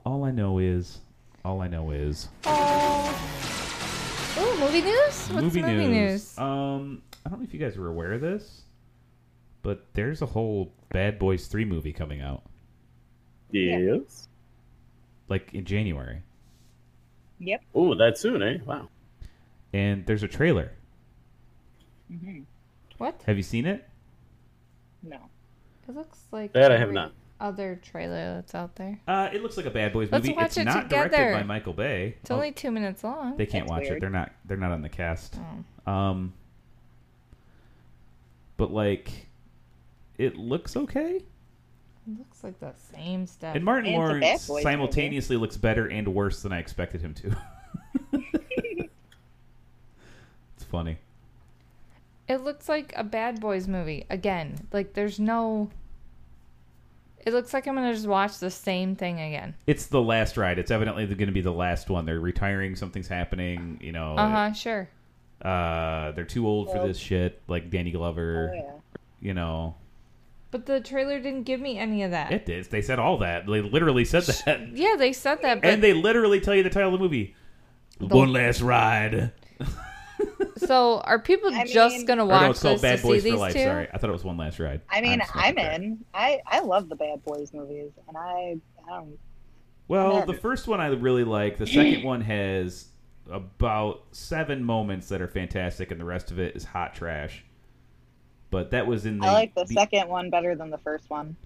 all i know is all i know is Oh. Ooh, movie news. What's movie, news? Um, I don't know if you guys were aware of this, but there's a whole Bad Boys Three movie coming out Yes. like in January, Yep. Oh, that soon, eh? Wow. and there's a trailer. hmm What? Have you seen it? No. It looks like That I have every not. Other trailer that's out there. Uh, it looks like a Bad Boys Let's movie. watch it's it not directed together. by Michael Bay. It's Oh, only two minutes long. they can't That's watch it. weird. They're not. They're not on the cast. Oh. Um, but like, it looks okay. It looks like the same stuff. And Martin It's a Lawrence Bad Boys movie. simultaneously looks better and worse than I expected him *laughs* to. it's funny. it looks like a Bad Boys movie again. Like there's no. It looks like I'm gonna just watch the same thing again. It's the last ride. It's evidently going to be the last one. They're retiring. Something's happening. You know, Uh huh. Sure. uh, they're too old for Uh-huh. Well- this shit. Like Danny Glover. Oh yeah. You know, But the trailer didn't give me any of that. it is. They said all that. They literally said that, yeah, they said that, but and they literally tell you the title of the movie. one last ride. so are people I just mean- gonna Or watch no, it's called this Bad to Boys see for these Life. two? Sorry, I thought it was One Last Ride. I mean, just not I'm prepared. in. I I love the Bad Boys movies, and I I don't. Well, Yeah. the first one I really like. The second one has about seven moments that are fantastic, and the rest of it is hot trash. But that was in the. I like the second one better than the first one.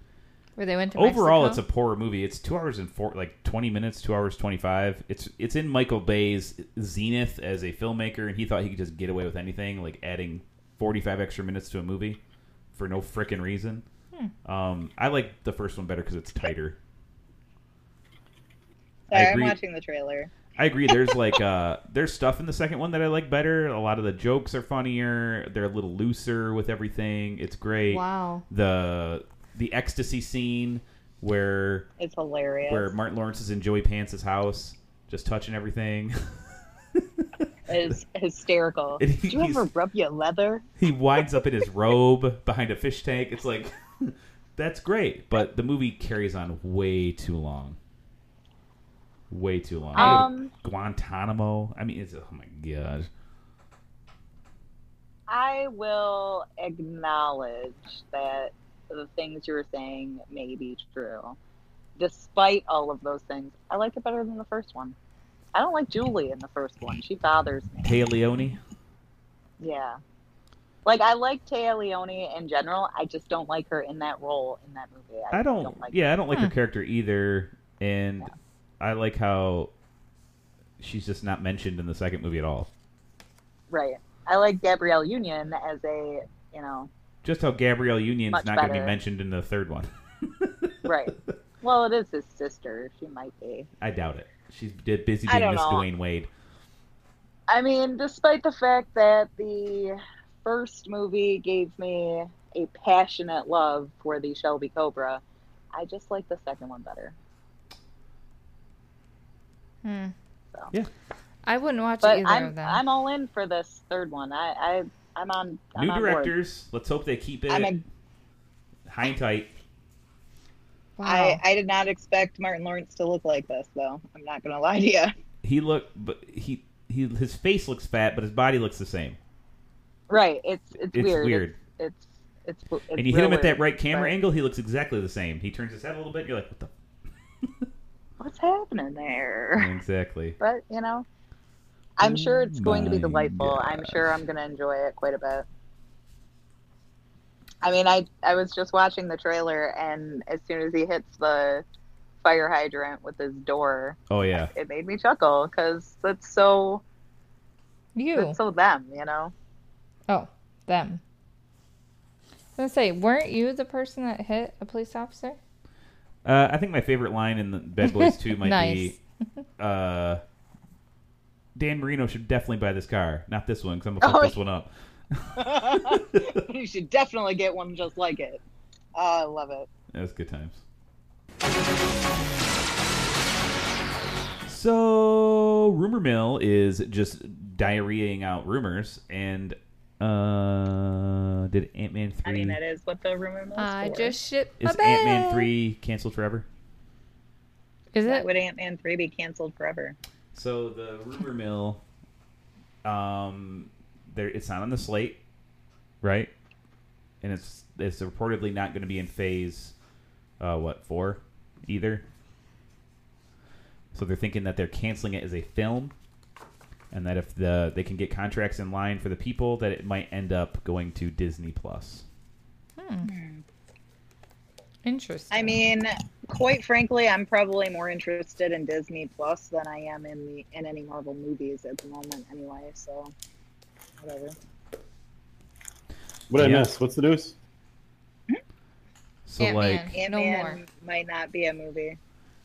Where they went to Overall, Mexico? it's a poor movie. It's two hours and four, like twenty minutes, two hours twenty five. It's it's in Michael Bay's zenith as a filmmaker, and he thought he could just get away with anything, like adding forty five extra minutes to a movie for no frickin' reason. Hmm. Um, I like the first one better because it's tighter. I Sorry, I'm agree. watching the trailer. I agree. There's like uh, there's stuff in the second one that I like better. A lot of the jokes are funnier. They're a little looser with everything. It's great. wow. The the ecstasy scene where It's hilarious. where Martin Lawrence is in Joey Pants' house, just touching everything. It's *laughs* hysterical. And Do he- you ever he's- rub your leather? he winds up in his robe behind a fish tank. It's like *laughs* that's great, but the movie carries on way too long. Way too long. Um, Guantanamo. I mean, it's oh my god. I will acknowledge that the things you were saying may be true. Despite all of those things, I like it better than the first one. I don't like Julie in the first one. She bothers me. Hey, Leone. Yeah. Like I like Taya Leone in general. I just don't like her in that role in that movie. I don't, like yeah, I don't like her Hmm. character either, and Yeah. I like how she's just not mentioned in the second movie at all. Right. I like Gabrielle Union as a you know Just how Gabrielle Union's Much not going to be better. mentioned in the third one. *laughs* right. well, it is his sister. She might be. I doubt it. She's d- busy I being don't Miss know. Dwayne Wade. I mean, despite the fact that the first movie gave me a passionate love for the Shelby Cobra, I just like the second one better. Hmm. Yeah. I wouldn't watch But either of I'm them. I'm all in for this third one. I, I I'm on I'm New on board. directors. Let's hope they keep it I'm a, high and tight. wow. I, I did not expect Martin Lawrence to look like this though. I'm not gonna lie to you. He look, but he he his face looks fat, but his body looks the same. Right. It's it's, It's weird. weird. It's it's, it's and you hit him at that right. right camera but- angle, he looks exactly the same. He turns his head a little bit. You're like, what *laughs* the? What's happening there? *laughs* f- exactly. but you know i'm sure it's going to be My delightful i'm sure i'm going to enjoy it quite a bit i mean i i was just watching the trailer and as soon as he hits the fire hydrant with his door Oh yeah. it made me chuckle because that's so you. that's so them you know Oh, them. I was gonna say, weren't you the person that hit a police officer? Uh, I think my favorite line in the Bad Boys Two might Nice. be, uh, Dan Marino should definitely buy this car, not this one, because I'm gonna fuck *laughs* Oh, this one up. *laughs* you should definitely get one just like it i love it That was good times. So, rumor mill is just diarrheaing out rumors, and uh, did Ant Man i three? mean that is what the rumor was I just shit my Is Ant Man bed. three canceled forever? Is Why it? would ant-man 3 be canceled forever So the rumor mill, um, there it's not on the slate, right? And it's it's reportedly not going to be in phase, uh, what four, either. So they're thinking that they're canceling it as a film, and that if the they can get contracts in line for the people, that it might end up going to Disney Plus. Interesting. I mean, quite frankly, I'm probably more interested in Disney Plus than I am in the in any Marvel movies at the moment, anyway. So, whatever. What did Yeah. I miss? What's the news? So Ant-Man. like, Ant No Man more. might not be a movie.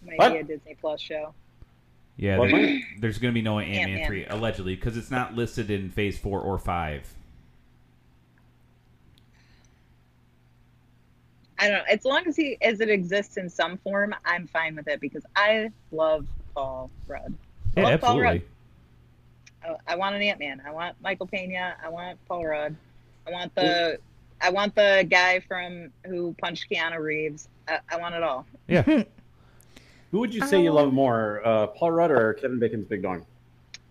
Might What? be a Disney Plus show. yeah, What? there- there's going to be no Ant Man Ant-Man. three allegedly because it's not listed in phase four or five. I don't know. As long as he as it exists in some form, I'm fine with it because I love Paul Rudd. Yeah, Well, Paul Rudd. absolutely. I, I want an Ant Man. I want Michael Pena. I want Paul Rudd. I want the I want the guy from who punched Keanu Reeves. I, I want it all. *laughs* Who would you say you Oh. love more, uh, Paul Rudd or Kevin Bacon's Big Dong?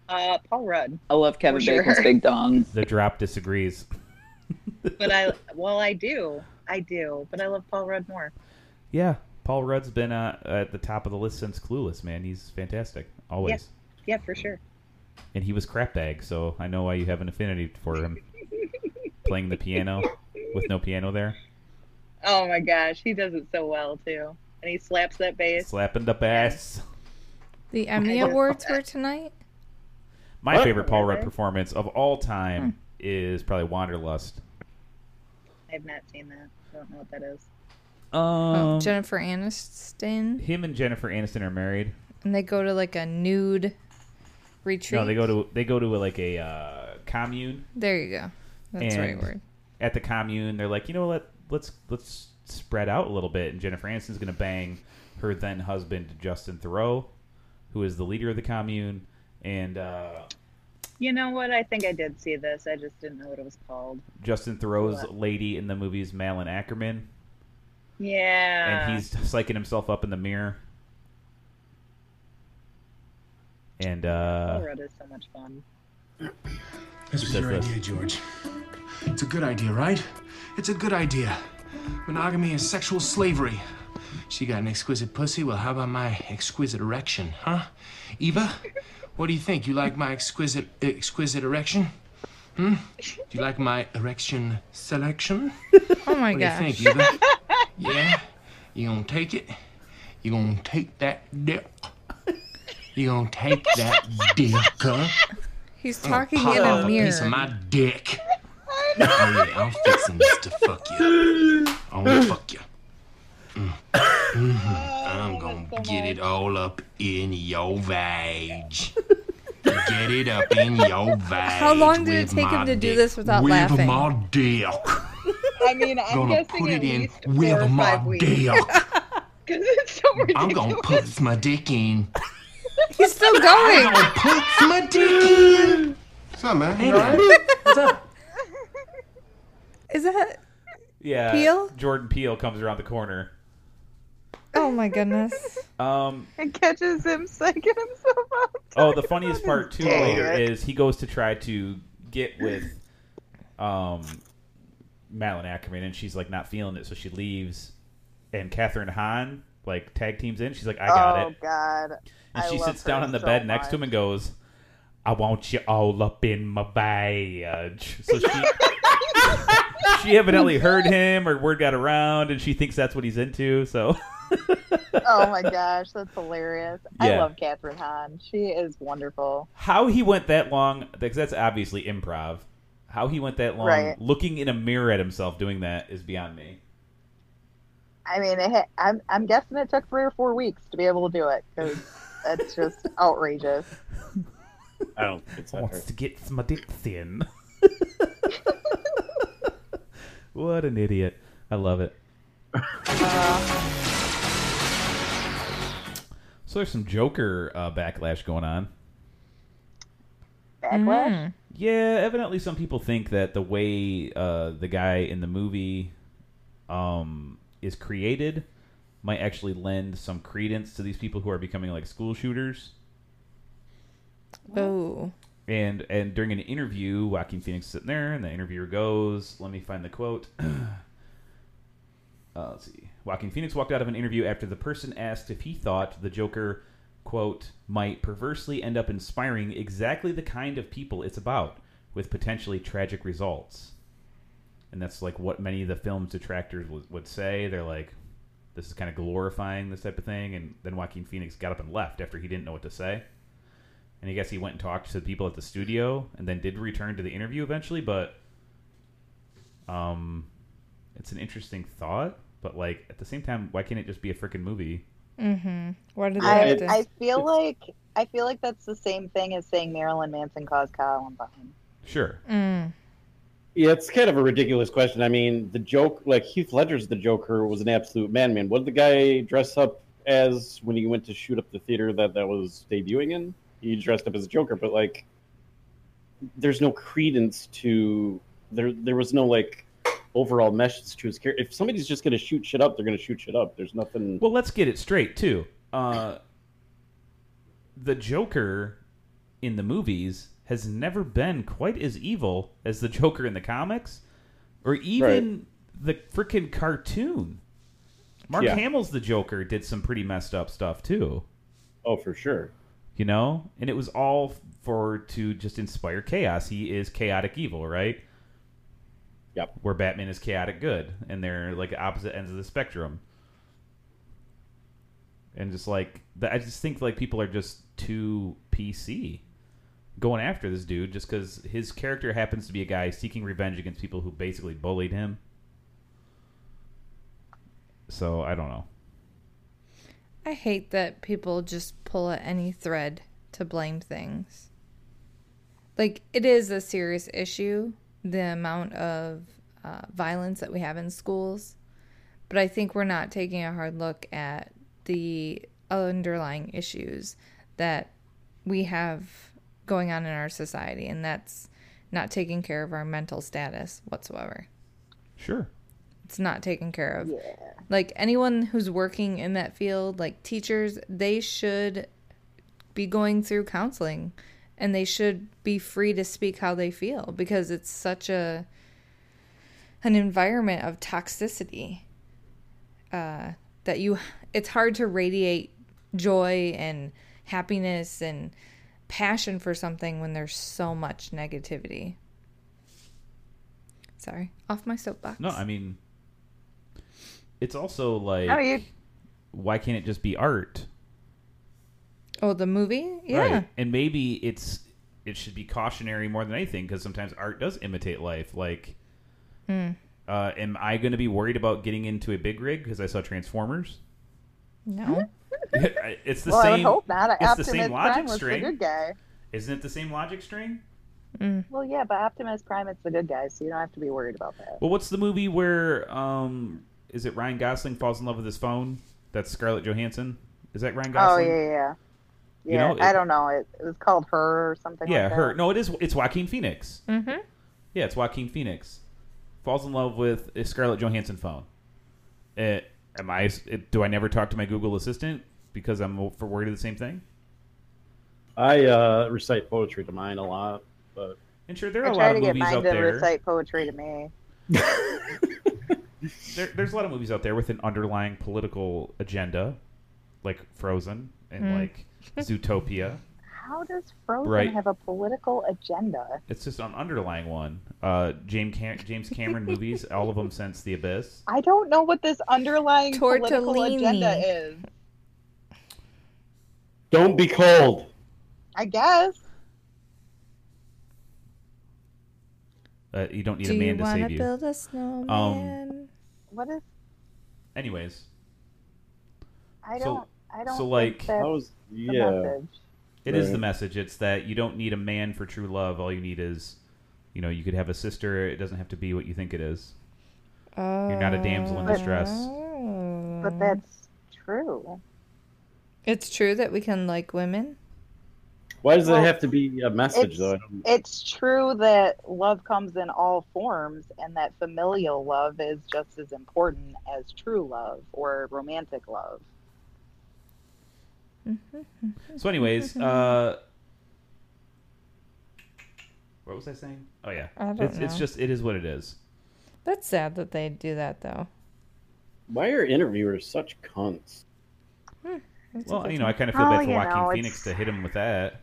Uh, Paul Rudd. I love Kevin For sure. Bacon's Big Dong. The drop disagrees. but I well I do I do but I love Paul Rudd more. Yeah, Paul Rudd's been uh, at the top of the list since Clueless. Man, he's fantastic always. Yeah, for sure. And he was crap bag, so I know why you have an affinity for him. Playing the piano with no piano there, Oh my gosh, he does it so well too, and he slaps that bass. slapping the bass. the Emmy I love Awards that. were tonight. My What? favorite Paul Rudd performance of all time is probably Wanderlust. I've not seen that. I don't know what that is. Um, oh, Jennifer Aniston, him and Jennifer Aniston are married. and they go to like a nude retreat. No, they go to they go to like a uh, commune. There you go. That's the right And- word. at the commune, they're like, you know what? Let's let's spread out a little bit. And Jennifer Aniston's going to bang her then husband Justin Thoreau, who is the leader of the commune, and uh, You know what? I think I did see this. I just didn't know what it was called. Justin Thoreau's What? lady in the movie is Malin Ackerman, Yeah. and he's psyching himself up in the mirror. And Paul uh, Rudd is so much fun. That's He says a pure this. idea, George. It's a good idea, right? It's a good idea. Monogamy is sexual slavery. She got an exquisite pussy. Well, how about my exquisite erection, huh? Eva, what do you think? You like my exquisite exquisite erection? Hmm? Do you like my erection selection? Oh my What gosh. do you think, Eva? *laughs* yeah? You gonna take it? You gonna take that dick? You gonna take that dick, huh? He's I'm gonna talking Oh, pop in off a piece mirror. of my dick. Oh, yeah, I'm fixing this to fuck you. I'm gonna fuck you. Mm. Mhm. I'm gonna get it all up in your vag. Get it up in your vag. How long did it with take him my to do dick. this without with laughing? my dick. I mean, I'm Gonna guessing put at it in least four or with five my weeks dick. because it's so ridiculous. I'm gonna put my dick in He's still going. Put my dick *laughs* in. What's up, man? You alright? Is that? Yeah. Peel? Jordan Peele comes around the corner. Oh my goodness. Um, *laughs* It catches him psyching *laughs* himself up. oh, the funniest part too Dang later it. is he goes to try to get with um, Madeline Ackerman, and she's like not feeling it, so she leaves. And Catherine Hahn like tag teams in. She's like, I got oh it, God. and I she love sits down her on the so bed next to him much. and goes, "I want you all up in my badge." So *laughs* she. She evidently heard him, or word got around, and she thinks that's what he's into. So, Oh my gosh, that's hilarious. I Yeah. love Catherine Hahn. She is wonderful. how he went that long because that's obviously improv how he went that long Right. looking in a mirror at himself doing that is beyond me I mean, it, ha- I'm I'm guessing it took three or four weeks to be able to do it *laughs* because that's just *laughs* outrageous. I don't think it's that hard. wants to get some dicks in *laughs* what an idiot i love it so there's some joker uh, backlash going on Backlash. Mm. Yeah, evidently some people think that the way uh, the guy in the movie um, is created might actually lend some credence to these people who are becoming like school shooters. Oh. And and during an interview, Joaquin Phoenix is sitting there, and the interviewer goes, "Let me find the quote." *clears throat* uh, let's see. Joaquin Phoenix walked out of an interview after the person asked if he thought the Joker quote might perversely end up inspiring exactly the kind of people it's about, with potentially tragic results. And that's like what many of the film's detractors would would say. They're like, "This is kind of glorifying this type of thing." And then Joaquin Phoenix got up and left after he didn't know what to say and I guess he went and talked to the people at the studio, and then did return to the interview eventually. But, um, it's an interesting thought. But like at the same time, why can't it just be a freaking movie? Mm-hmm. Why did they I, have to? I feel like I feel like that's the same thing as saying Marilyn Manson caused Columbine. Sure. Mm. Yeah, it's kind of a ridiculous question. I mean, the joke, like Heath Ledger's the Joker, was an absolute madman. What did the guy dress up as when he went to shoot up the theater that that was debuting in? He dressed up as a Joker, but like, there's no credence to there. There was no like overall message to his character. If somebody's just gonna shoot shit up, they're gonna shoot shit up. There's nothing. Well, let's get it straight too. Uh, the Joker in the movies has never been quite as evil as the Joker in the comics, or even the freaking cartoon. Mark Yeah. Hamill's the Joker did some pretty messed up stuff too. oh, for sure. you know and it was all for to just inspire chaos he is chaotic evil right Yep. where batman is chaotic good and they're like opposite ends of the spectrum and just like the, i just think like people are just too pc going after this dude just because his character happens to be a guy seeking revenge against people who basically bullied him so i don't know I hate that people just pull at any thread to blame things. Like, it is a serious issue, the amount of uh, violence that we have in schools. But I think we're not taking a hard look at the underlying issues that we have going on in our society. And that's not taking care of our mental status whatsoever sure it's not taken care of. Like anyone who's working in that field, like teachers, they should be going through counseling and they should be free to speak how they feel because it's such a an environment of toxicity uh that you it's hard to radiate joy and happiness and passion for something when there's so much negativity. Sorry, off my soapbox. No, I mean, it's also like, No, Oh, you why can't it just be art? Oh, the movie? Yeah. And maybe it's it should be cautionary more than anything because sometimes art does imitate life. Like, Hmm. uh, am I going to be worried about getting into a big rig because I saw *laughs* Transformers? *laughs* No. it's the well, I would same. hope not. it's the Optimus same Prime logic was the string, good guy. isn't it? The same logic string. Well, yeah, but Optimus Prime is the good guy, so you don't have to be worried about that. Well, what's the movie where um is it Ryan Gosling falls in love with his phone? That's Scarlett Johansson. Is that Ryan Oh Gosling? yeah, yeah, yeah. You yeah, know, it- I don't know. It, it was called her or something. Yeah, like her. That. No, it is. It's Joaquin Phoenix. Mm-hmm. Yeah, it's Joaquin Phoenix. Falls in love with a Scarlett Johansson phone. Eh, am I? it- do I never talk to my Google assistant because I'm for worried of the same thing? I uh, recite poetry to mine a lot, but And sure, there are I a try lot to of get movies mine out to there. recite poetry to me. there. There's a lot of movies out there with an underlying political agenda, like Frozen and Mm. like Zootopia. How does Frozen Right. have a political agenda? It's just an underlying one. Uh, James Cam- James Cameron *laughs* movies, all of them since The Abyss. I don't know what this underlying political Tortellini. agenda is. don't be cold. I guess. Uh, you don't need Do a you man to want save to you. build a snowman? What is? Anyways, I So- don't. I don't. so, think like, that's That was the yeah. message. It is the Right. message. It's that you don't need a man for true love. All you need is, you know, you could have a sister. It doesn't have to be what you think it is. You're Um, not a damsel Oh. in distress. Mm. But that's true. It's true that we can like women. Why does Well, it have to be a message it's- though? I don't- It's true that love comes in all forms, and that familial love is just as important as true love or romantic love. So, anyways, uh, what was I saying? Oh yeah, I don't it's, it's know. just it is what it is. That's sad that they do that though. Why are interviewers such cunts? That's a Well, good you know, I one. kind of feel Oh, bad for you Joaquin know, Phoenix it's- to hit him with that.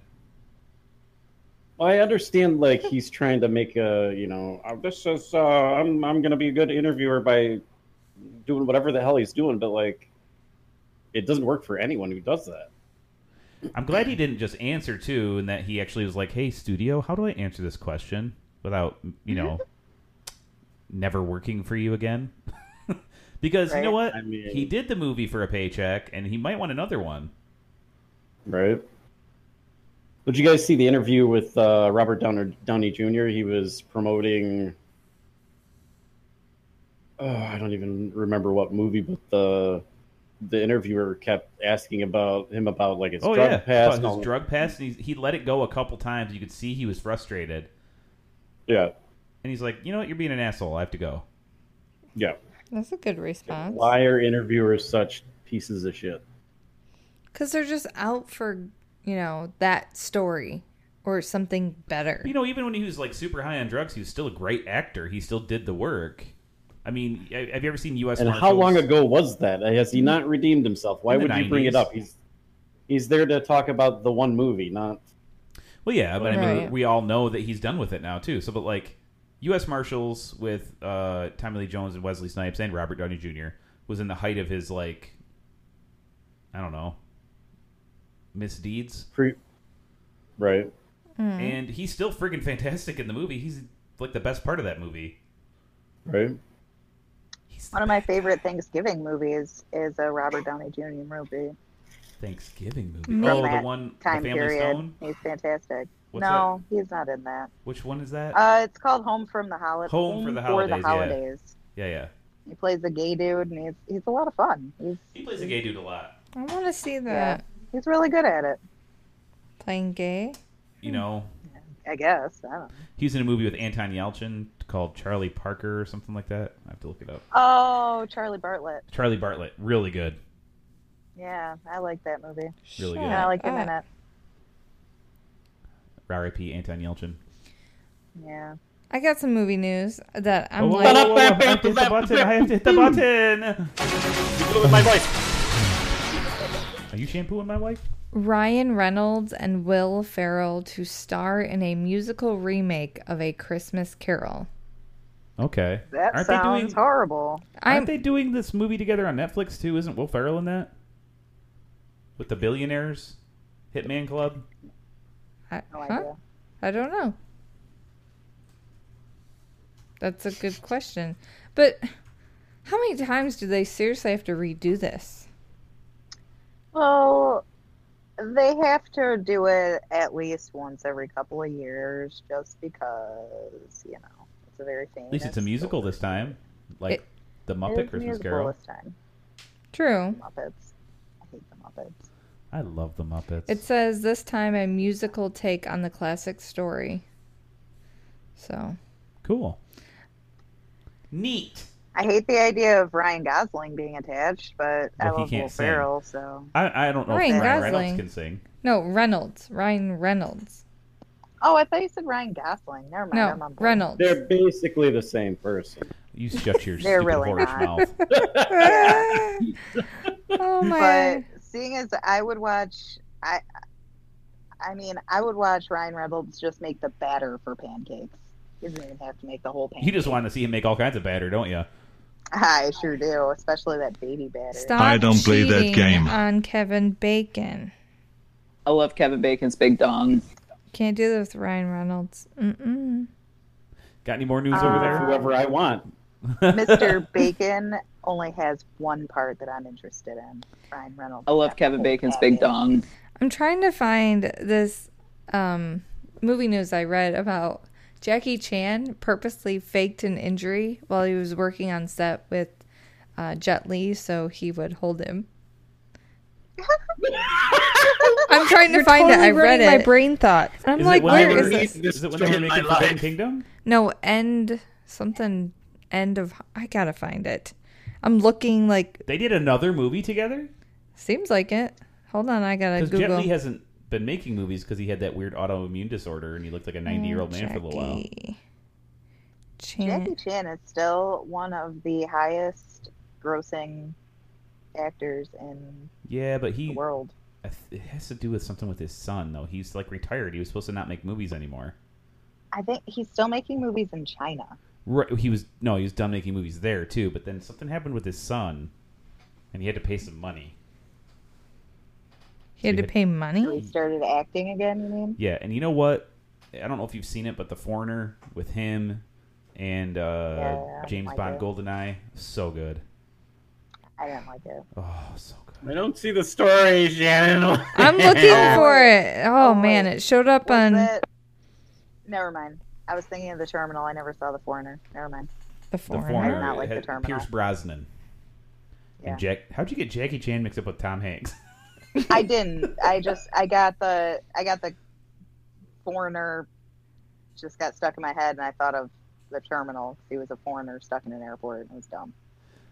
Well, I understand like he's trying to make a you know uh, this is uh, I'm I'm gonna be a good interviewer by doing whatever the hell he's doing, but like it doesn't work for anyone who does that. I'm glad he didn't just answer too, and that he actually was like, "Hey, studio, how do I answer this question without you *laughs* know never working for you again?" *laughs* because you know what, I mean- he did the movie for a paycheck, and he might want another one. Right. Did you guys see the interview with uh, Robert Downer, Downey Jr.? He was promoting. Oh, I don't even remember what movie, but the the interviewer kept asking about him about like his oh drug yeah, pass. About and all- his drug pass, and he, he let it go a couple times. You could see he was frustrated, yeah, and he's like, "You know what? You're being an asshole. I have to go." yeah. That's a good response. Why are interviewers such pieces of shit? Because they're just out for you know that story or something better. You know, even when he was like super high on drugs, he was still a great actor. He still did the work. I mean, have have you ever seen U.S. And how Marshals? long ago was that? Has he not redeemed himself? Why In the would you bring it 90s. up? He's he's there to talk about the one movie, not Well, yeah, but I mean, Right. we all know that he's done with it now too. So, but like U.S. Marshals with uh, Tommy Lee Jones and Wesley Snipes and Robert Downey Jr. was in the height of his like, I don't know, misdeeds, pre. Right. Hmm. Mm-hmm. and he's still friggin' fantastic in the movie. He's like the best part of that movie. Right. He's the One of my favorite Thanksgiving movies is a Robert Downey Jr. movie. Thanksgiving movie. Me- Oh, From the that one, the Time Family period. Stone. He's fantastic. What's no, he's not in that. Which one is that? Uh, it's called Home from the Holidays. Home for the Holidays, yeah. yeah, yeah. He plays a gay dude, and he's he's a lot of fun. He's He plays a gay dude a lot. I want to see that Yeah. he's really good at it. playing gay. Mm. You know, I guess. I don't know. he's in a movie with Anton Yelchin called Charlie Parker or something like that. I have to look it up. Oh, Charlie Bartlett. Charlie Bartlett, really good. Yeah, I like that movie. Really Shut good. Yeah, I like him in up. it. R.I.P. Anton Yelchin. Yeah. I got some movie news that I'm Oh, like. whoa, whoa, whoa, I have to hit the button. I have to hit the button. My voice. Are you shampooing my wife? Ryan Reynolds and Will Ferrell to star in a musical remake of A Christmas Carol. Okay. That aren't sounds they doing, horrible. Aren't I'm they doing this movie together on Netflix too? Isn't Will Ferrell in that? With the billionaires, Hitman Club. I, No huh? idea. I don't know. That's a good question. But how many times do they seriously have to redo this? Well, they have to do it at least once every couple of years, just because you know it's a very famous. At least it's a musical this time, like It- the It Muppet is Christmas musical Carol. this time. True. Muppets. I hate the Muppets. I love the Muppets. It says this time a musical take on the classic story. So cool. Neat. I hate the idea of Ryan Gosling being attached, but I Well, he love can't Will sing. Ferrell, so. I, I don't know Ryan if Ryan Reynolds Gosling. can sing. no Reynolds, Ryan Reynolds. Oh, I thought you said Ryan Gosling. Never mind. I'm No on board. Reynolds. *laughs* They're basically the same person. You shut *laughs* your They're stupid really whorish not. mouth. oh *laughs* But my! seeing as I would watch, I, I mean, I would watch Ryan Reynolds just make the batter for pancakes. He doesn't even have to make the whole pancake. You just want to see him make all kinds of batter, don't you? I sure do, especially that baby batter. Stop I don't play that cheating game. on Kevin Bacon. I love Kevin Bacon's Big Dong. Can't do that with Ryan Reynolds. Mm-mm. Got any more news Uh, over They're there? whoever I want. *laughs* Mr. Bacon only has one part that I'm interested in. Ryan Reynolds. I love Kevin Bacon's Big Dong. I'm trying to find this um, movie news I read about Jackie Chan purposely faked an injury while he was working on set with uh, Jet Li so he would hold him. I'm trying to find it. I read it. My brain thoughts. I'm Is like, it when they where were- is this? Is it when they were making Forbidden Kingdom? No, end something. End of. I gotta find it. I'm looking like. They did another movie together? Seems like it. Hold on, I gotta Because Jet Google. Li hasn't been making movies because he had that weird autoimmune disorder and he looked like a 90 year old man for a little while. Jackie Chan. Jackie Chan is still one of the highest grossing actors in Yeah, but the he. world. I th- It has to do with something with his son, though. He's like retired. He was supposed to not make movies anymore. I think he's still making movies in China. Right, he was no, he was done making movies there too. But then something happened with his son, and he had to pay some money. He had to pay money. He started acting again, you mean? Yeah, and you know what? I don't know if you've seen it, but The Foreigner with him and uh, Yeah, I James like Bond it. Goldeneye, so good. I didn't like it. Oh, so good. I don't see the story, Shannon. *laughs* I'm *laughs* looking for it. Oh Oh, man, wait. it showed up Was on it? Never mind. I was thinking of the terminal. I never saw the foreigner. *laughs* Never mind. the The foreigner. Foreigner, Not like it The had Terminal. Pierce Brosnan. Yeah. And Jack, how'd you get Jackie Chan mixed up with Tom Hanks? *laughs* I didn't. I just I got the I got the foreigner just got stuck in my head and I thought of the terminal. He was a foreigner stuck in an airport and it was dumb.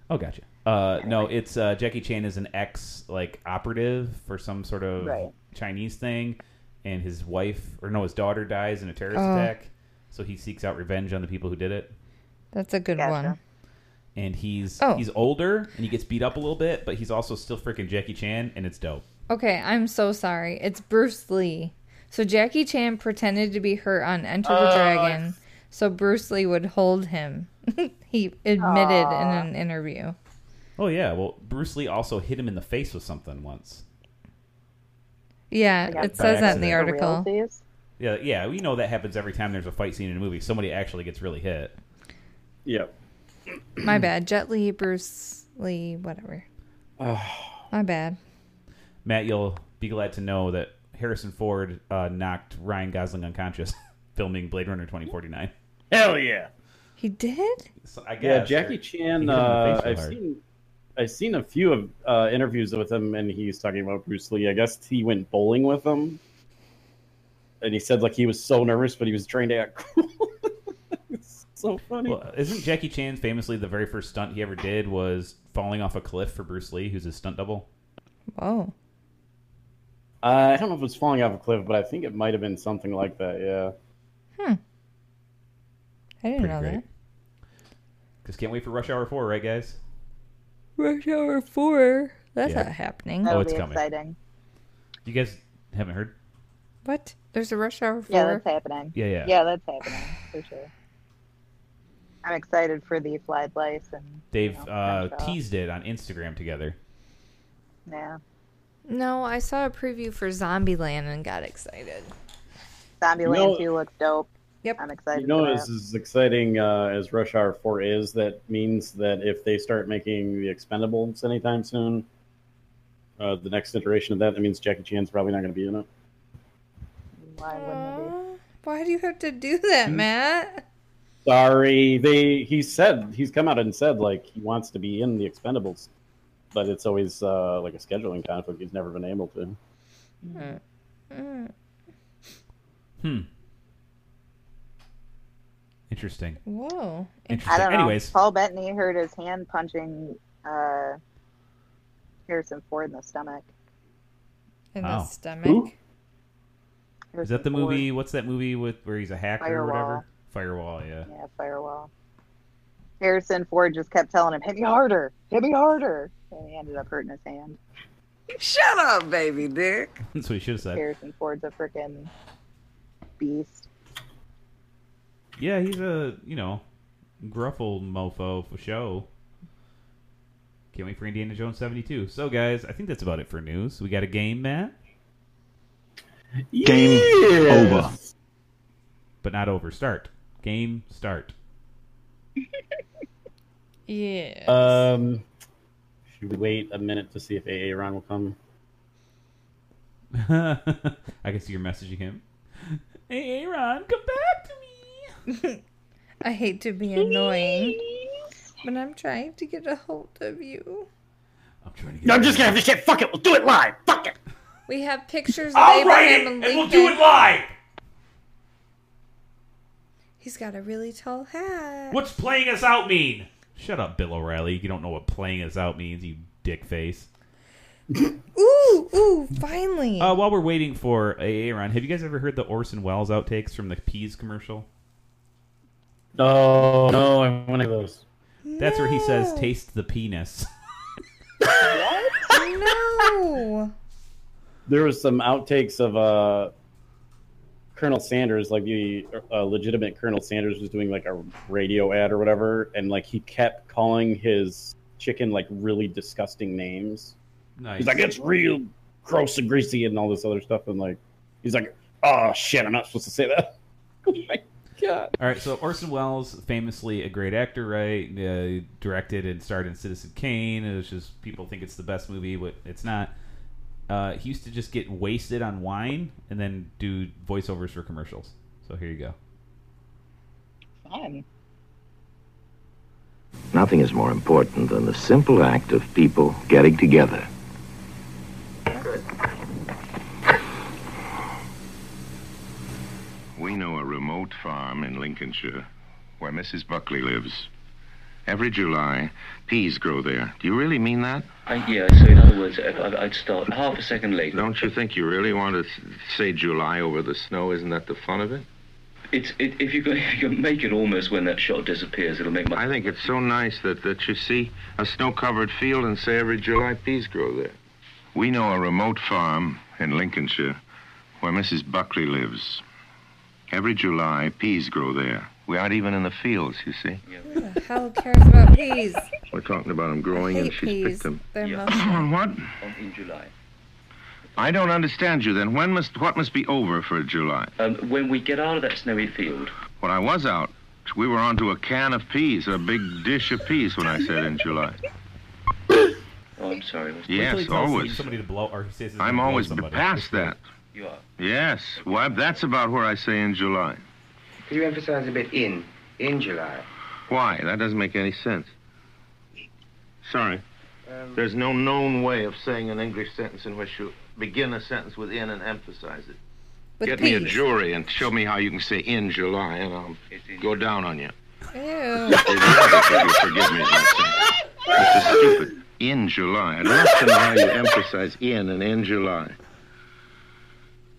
Oh, gotcha. Uh, no, it's uh, Jackie Chan is an ex like operative for some sort of Right. Chinese thing, and his wife or no, his daughter dies in a terrorist Uh. Oh. attack, so he seeks out revenge on the people who did it. That's a good Gotcha. one. And he's Oh. he's older and he gets beat up a little bit, but he's also still freaking Jackie Chan, and it's dope. Okay, I'm so sorry. It's Bruce Lee. So Jackie Chan pretended to be hurt on Enter the Oh, Dragon, so Bruce Lee would hold him. *laughs* he admitted Aw. in an interview. Oh yeah, well Bruce Lee also hit him in the face with something once. Yeah, Yeah. it By says that in the accident. The article. Mm. realties? Yeah, yeah, we know that happens every time there's a fight scene in a movie. Somebody actually gets really hit. *sighs* Yep. My bad. Jet Li, Bruce Lee, whatever. My bad. Matt, you'll be glad to know that Harrison Ford uh, knocked Ryan Gosling unconscious *laughs* filming Blade Runner 2049. Hell yeah. He did? So I Yeah, guess Jackie He Chan. hit him in the face Uh, so I've hard. seen, I've seen a few of uh, interviews with him, and he's talking about Bruce Lee. I guess he went bowling with him, and he said like he was so nervous, but he was trying to act *laughs* cool. it's so funny. Well, isn't Jackie Chan famously the very first stunt he ever did was falling off a cliff for Bruce Lee, who's his stunt double? Whoa. Uh, I don't know if it was falling off a cliff, but I think it might have been something like that. Yeah. I didn't know that. Just can't wait for Rush Hour 4, right, guys? Rush Hour 4. That's Yeah. not happening. That'll Oh, it's be coming. exciting. You guys haven't heard? What? There's a Rush Hour 4? Yeah, that's happening. Yeah, yeah. Yeah, that's happening for sure. I'm excited for the fly lice and They've you know, uh, Crenshaw. teased it on Instagram together. Yeah, no, I saw a preview for Zombieland and got excited. Zombieland know- Two looks dope. Yep. I'm excited. You know, for as, that. as exciting uh, as Rush Hour 4 is, that means that if they start making the Expendables anytime soon, uh, the next iteration of that, that means Jackie Chan's probably not going to be in it. Why wouldn't it be? Aw, Why do you have to do Mm. that, Matt? Sorry, they. He said he's come out and said like he wants to be in the Expendables. but it's always uh, like a scheduling conflict. He's never been able to. Mm, Hmm. Interesting. Whoa. I Interesting. don't know. Anyways, Paul Bettany hurt his hand punching uh, Harrison Ford in the stomach. In Wow. the stomach. Who? is that the Harrison Ford, movie? What's that movie with where he's a hacker or whatever? Firewall. Yeah. Yeah, Firewall. Harrison Ford just kept telling him, "Hit me harder, hit me harder," and he ended up hurting his hand. Shut up, baby dick. *laughs* That's what he should have said. Harrison Ford's a freaking beast. Yeah, he's a you know gruff old mofo for show. Can't wait for Indiana Jones seventy two. So guys, I think that's about it for news. We got a game, Matt, Game over. but not over. Start game. Start. Yeah. Uh, Um, should we wait a minute to see if AA Ron will come? *laughs* I can see you're messaging him. Hey, Aaron, come back to me. I hate to be annoying, but I'm trying to get a hold of you. I'm trying to get. No, I'm just gonna have to shit. Fuck it. We'll do it live. Fuck it. We have pictures of I'll write it Abraham and Lincoln. we'll do it live. He's got a really tall hat. What's playing us out mean? Shut up, Bill O'Reilly. You don't know what playing us out means, you dick face. Ooh, ooh, finally. Uh, while we're waiting for Aaron, have you guys ever heard the Orson Welles outtakes from the Peas commercial? No, no, I want to those. That's where he says, No. "Taste the penis." No. There was some outtakes of uh, Colonel Sanders, like the uh, legitimate Colonel Sanders was doing like a radio ad or whatever, and like he kept calling his chicken like really disgusting names. nice. He's like, it's real gross and greasy and all this other stuff, and like he's like, oh shit, I'm not supposed to say that. oh my god. All right, so Orson Welles, famously a great actor, right? Uh, directed and starred in Citizen Kane, which is people think it's the best movie, but it's not. Uh, he used to just get wasted on wine and then do voiceovers for commercials. So here you go. Fun. Nothing is more important than the simple act of people getting together. We know a remote farm in Lincolnshire where Mrs. Buckley lives. Every July, peas grow there. Do you really mean that? yeah. So in other words, I'd start half a second late. Don't you think you really want to s- say July over the snow? Isn't that the fun of it? It's it, if you can, if *laughs* you can make it almost when that shot disappears, it'll make I think it's so nice that, that you see a snow covered field and say every July peas grow there. We know a remote farm in Lincolnshire where Mrs. Buckley lives. Every July, peas grow there. We aren't even in the fields, you see. Who the hell cares about peas? We're talking about them growing, Hate and she's peas. picked them. They're Yeah. mushy. what? in July. I don't understand you then. When must what must be over for July? Um, when we get out of that snowy field, When I was out, we were onto a can of peas, a big dish of peas when I said in July. oh, I'm sorry. Wait was- till Yes, he tells always. Somebody to blow, or he says he's I'm gonna blow always somebody. past that. You are. Yes. Well, that's about where I say in July. Could you emphasize a bit in in July? Why? That doesn't make any sense. Sorry. Um, There's no known way of saying an English sentence in which you begin a sentence with in and emphasize it. With *laughs* Get peas. me a jury and show me how you can say in July, and I'll go down on you. Ew. They'd love it if you'd forgive me, Vincent. This is stupid. In July. I'd love to know how you emphasize in and in July.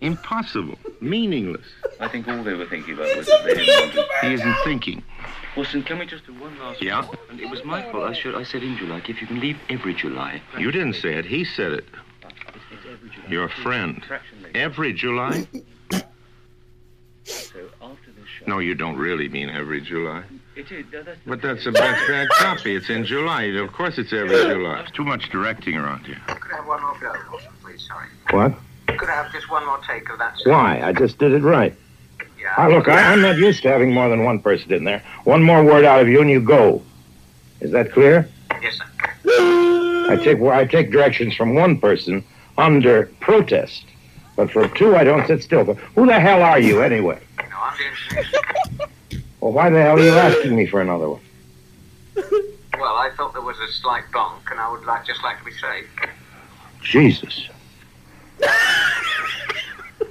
Impossible. Meaningless. I think all they were thinking about was that they didn't want to. He isn't thinking. Wilson, can we just do one last? Yeah? And it was my fault. I should. I said in July. If you can leave every July. You didn't say it. He said it. It's, it's every July. Your friend. Fraction later. Every July? So after this shot. No, you don't really mean every July. It is. no, that's the But thing. that's a that's bad copy. It's in July. Of course it's every July. There's too much directing around here. Could I have one more go, Wilson, please? Sorry. What? Could I have just one more take of that? Why? I just did it right. Yeah. Ah, look, I, I'm not used to having more than one person in there. One more word out of you and you go. Is that clear? Yes, sir. I take I take directions from one person under protest, but from two I don't sit still. But who the hell are you anyway? No, I'm the Well, why the hell are you asking me for another one? Well, I thought there was a slight bonk, and I would like just like to be safe. Jesus.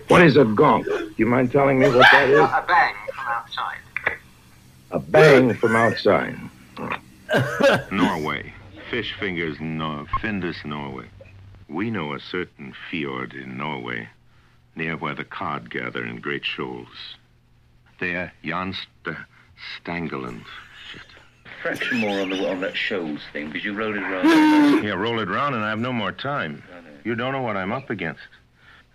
what is a gonk? Do you mind telling me what that is? A bang from outside. A bang from outside. Norway. Fish fingers, Nor- Findus, Norway. We know a certain fjord in Norway, near where the cod gather in great shoals. There, Jan St- Stangeland. Fraction more on the on that shoals thing because you rolled *laughs* it around. yeah, roll it round, and I have no more time. You don't know what I'm up against.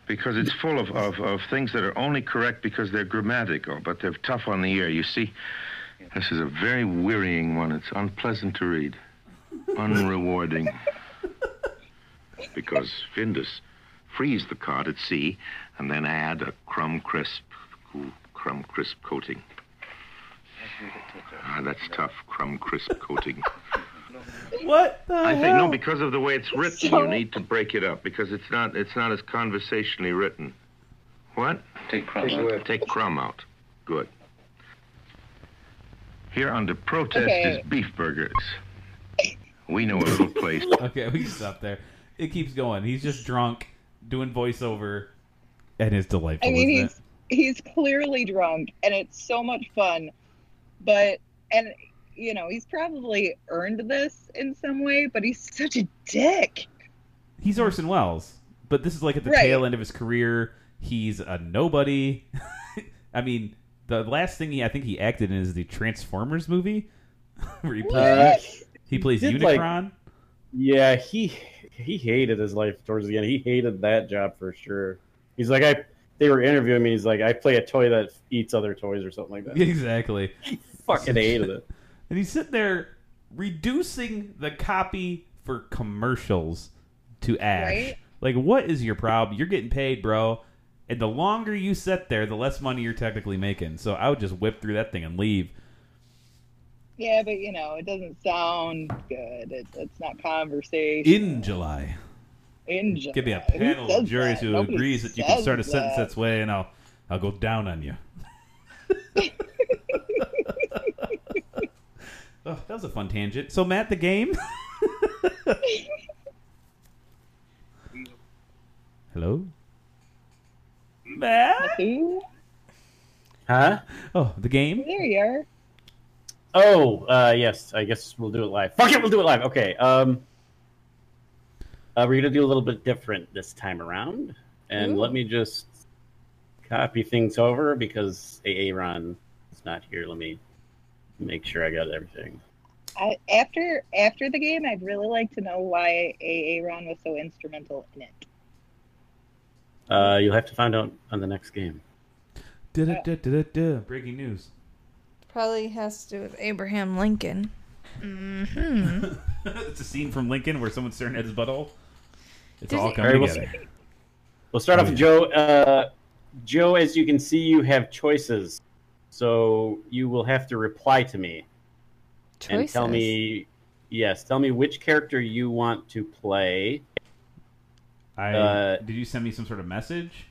Because it's full of, of, of things that are only correct because they're grammatical, but they're tough on the ear. You see, this is a very wearying one. It's unpleasant to read, unrewarding. because Findus frees the cod at sea and then add a crumb crisp, ooh, crumb crisp coating. Ah, that's tough, crumb crisp coating. What the I think hell? no, because of the way it's written, you need to break it up because it's not it's not as conversationally written. What? Take crumb out. Take crumb out. Good. Here under protest Okay. is beef burgers. We know a little place. *laughs* okay, we can stop there. It keeps going. He's just drunk, doing voiceover, and it's delightful. I mean, isn't he's he's clearly drunk, and it's so much fun. But and you know, he's probably earned this in some way, but he's such a dick. it? he's Orson Welles, but this is like at the Right. tail end of his career. He's a nobody. *laughs* I mean, the last thing he I think he acted in is the Transformers movie, *laughs* where he plays he plays did, like- Unicron. Yeah, he he hated his life towards the end. He hated that job for sure. He's like, I they were interviewing me. He's like, I play a toy that eats other toys or something like *laughs* *laughs* that. Exactly. fucking hated it. And he's sitting there reducing the copy for commercials to ash. Right? Like, what is your problem? You're getting paid, bro. And the longer you sit there, the less money you're technically making. So I would just whip through that thing and leave. Yeah, but you know, it doesn't sound good. It, it's not conversation. In July, In give me a Who panel of says juries that? who Nobody agrees that you can says start a sentence that. that's way, and I'll I'll go down on *laughs* you. oh, that was a fun tangent. So Matt, the *laughs* game. Hello. Matt? Huh? Oh, the game? There you are. Oh, uh, yes. I guess we'll do it live. Fuck it, we'll do it live. Okay. Um, uh, we're gonna do a little bit different this time around, and let me just copy things over because Aaron is not here. Let me make sure I got everything. I, after after the game, I'd really like to know why Aaron was so instrumental in it. Uh, you'll have to find out on the next game. Da-da-da-da-da. Breaking news. Probably has to do with Abraham Lincoln. hmm *laughs* it's a scene from Lincoln where someone's staring at his butthole. It's Does all it- coming Very well together. We'll start off with Joe. Uh, Joe, as you can see, you have choices, so you will have to reply to me and tell Choices? me. Yes, tell me which character you want to play. I uh, did you send me some sort of message?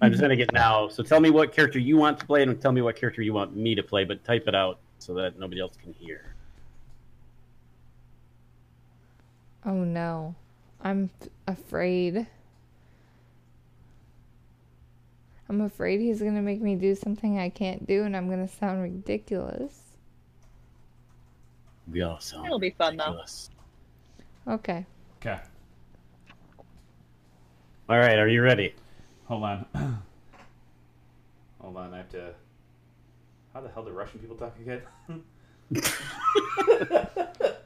I'm just gonna get now. So tell me what character you want to play, and tell me what character you want me to play. But type it out so that nobody else can hear. Oh no. I'm f- afraid. I'm afraid he's going to make me do something I can't do and I'm going to sound ridiculous. We all sound. It'll be fun though. Okay. Okay. All right, are you ready? Hold on. *clears throat* Hold on, I have to. How the hell do Russian people talk again?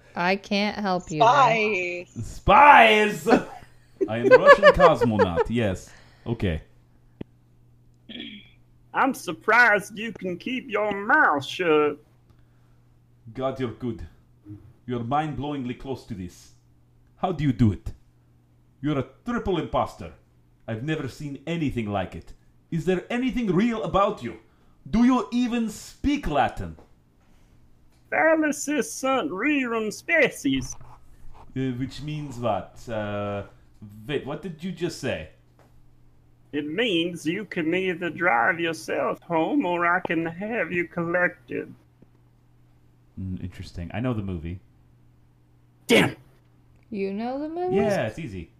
*laughs* I can't help you. Bye. Spies. *laughs* I am Russian cosmonaut. Yes. Okay. I'm surprised you can keep your mouth shut. God, you're good. You're mind-blowingly close to this. How do you do it? You're a triple imposter. I've never seen anything like it. Is there anything real about you? Do you even speak Latin? Fallacy sunt rerum species. Uh, which means what? Uh, wait, what did you just say? It means you can either drive yourself home or I can have you collected. Mm, interesting. I know the movie. Damn. You know the movie? Yeah, it's easy.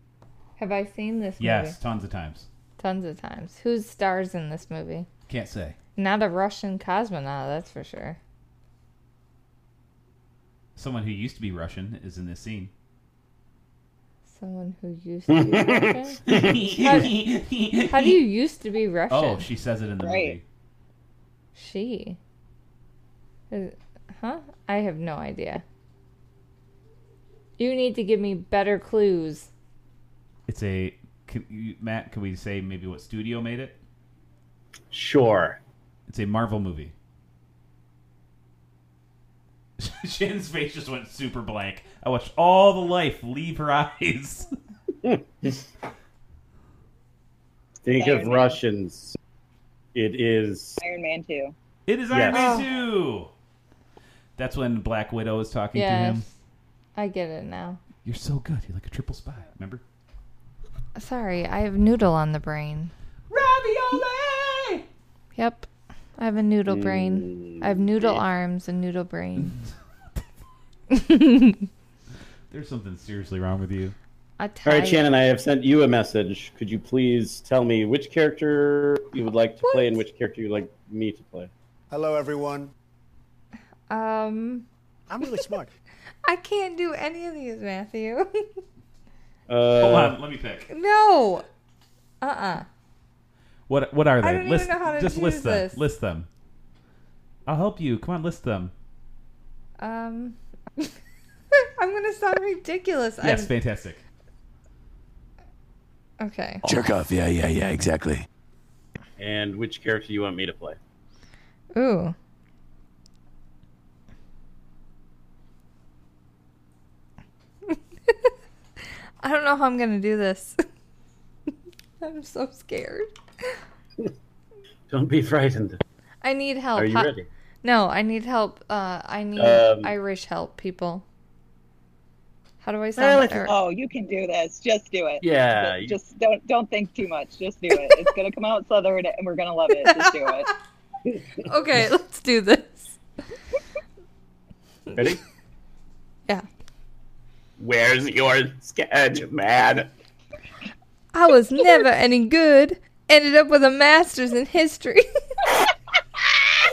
Have I seen this movie? Yes, tons of times. Tons of times. Who stars in this movie? Can't say. Not a Russian cosmonaut, that's for sure. Someone who used to be Russian is in this *laughs* scene. Someone who used to *laughs* be Russian? how, how do you used to be Russian? Oh, she says it in the movie. She. Is- Huh? I have no idea. You need to give me better clues. It's a. Can you, Matt, can we say maybe what studio made it? Sure. It's a Marvel movie. *laughs* Shin's face just went super blank. I watched all the life leave her *laughs* eyes. Think of Russians. It is. Iron Man 2. It is Iron Man 2! That's when Black Widow is talking to him. Yes. I get it now. You're so good. You're like a triple spy. Remember? Sorry, I have noodle on the brain. Ravioli! Yep. I have a noodle Mm. brain. I have noodle arms and noodle brain. There's something seriously wrong with you. I All tell right, you. Shannon, I have sent you a message. Could you please tell me which character you would like to play and which character you'd like me to play? Hello, everyone. Um, I'm really smart. *laughs* I can't do any of these, Matthew. *laughs* Uh, Hold on, let me pick. no. Uh-uh. What what are they? I don't even list, know how to just choose list them. this. List them. I'll help you. Come on, list them. Um *laughs* I'm going to sound ridiculous. Yes, fantastic. I'm, okay. Jerk off. Yeah, yeah, yeah, exactly. And which character you want me to play? Ooh. *laughs* I don't know how I'm going to do this. *laughs* I'm so scared. Don't be frightened. I need help. Are you Ho- ready? No, I need help. Uh, I need Um, Irish help, people. How do I Well, sound? it's- oh, you can do this. Just do it. Yeah, Just, you- just don't don't think too much. Just do it. It's gonna come *laughs* out southern, and we're gonna love it. Just do it. Okay, *laughs* let's do this. Ready? Yeah. Where's your sketch, man? I was never any good. Ended up with a master's in history.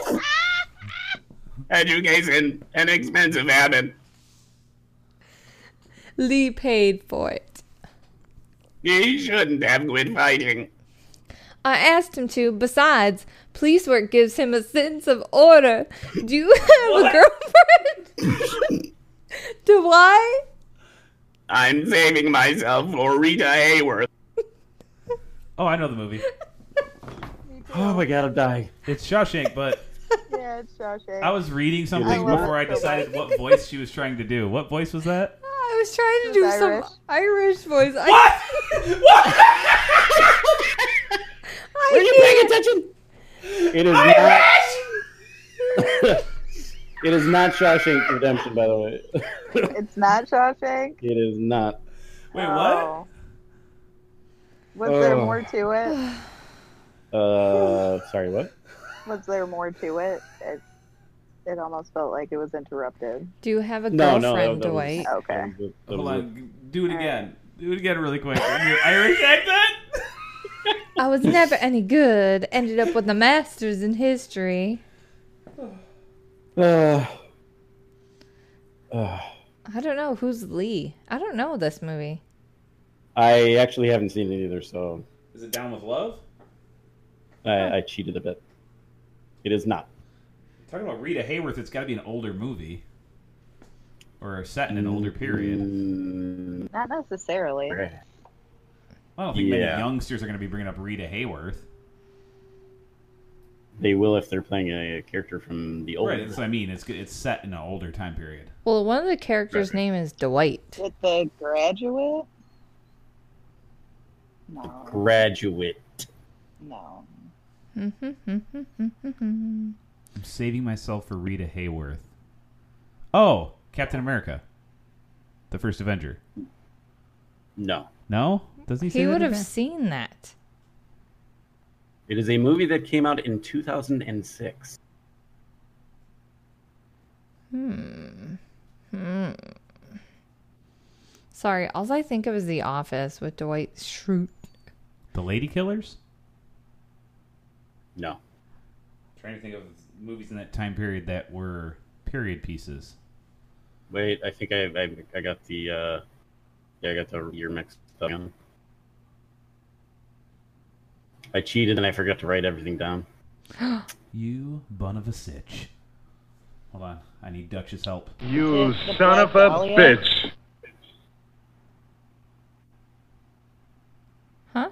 *laughs* Education, an expensive habit. Lee paid for it. He shouldn't have quit fighting. I asked him to. Besides, police work gives him a sense of order. Do you have a girlfriend? *laughs* do I? I'm saving myself for Rita Hayworth. Oh, I know *laughs* the movie. oh my god, I'm dying. It's Shawshank, but *laughs* Yeah, it's Shawshank. I was reading something love before I it so decided what voice she was trying to do. What voice was that? I was trying to do Irish. some Irish voice. What? *laughs* what? Were you paying attention? It is not. *laughs* it is not Shawshank Redemption, by the way. *laughs* It's not Shawshank. It is not. Wait, Oh. what? Was Oh. there more to *sighs* it? Uh, sorry, what? Was there more to it? It, it almost felt like it was interrupted. Do you have a No, girlfriend, no, that- that was- Dwight? Okay. Hold on. Do it again. Do it again really quick. Your Irish accent? I was never any good. Ended up with a master's in history. Uh, uh, I don't know who's Lee. I don't know this movie. I actually haven't seen it either, so Is it Down with Love? I, I cheated a bit. It is not. Talking about Rita Hayworth, it's got to be an older movie. Or set in an older period. Mm, Not necessarily. I don't think Yeah. many youngsters are going to be bringing up Rita Hayworth. They will if they're playing a character from the old. right, that's what I mean. It's it's set in an older time period. Well, one of the characters' name is Dwight. With the graduate? Graduate. No. Mm-hmm, I'm saving myself for Rita Hayworth. Oh, Captain America, the first Avenger. No. No, doesn't he? say He that would in have there? seen that. It is a movie that came out in 2006. Hmm. Hmm. Sorry, all I think of is The Office with Dwight Schrute. The Lady Killers? No. trying to think of movies in that time period that were period pieces. Wait, I think I I, I got the uh, yeah, I got the year mixed up. I cheated and I forgot to write everything down. you bun of a sitch. Hold on, I need Dutch's help. You son of a bitch. Huh?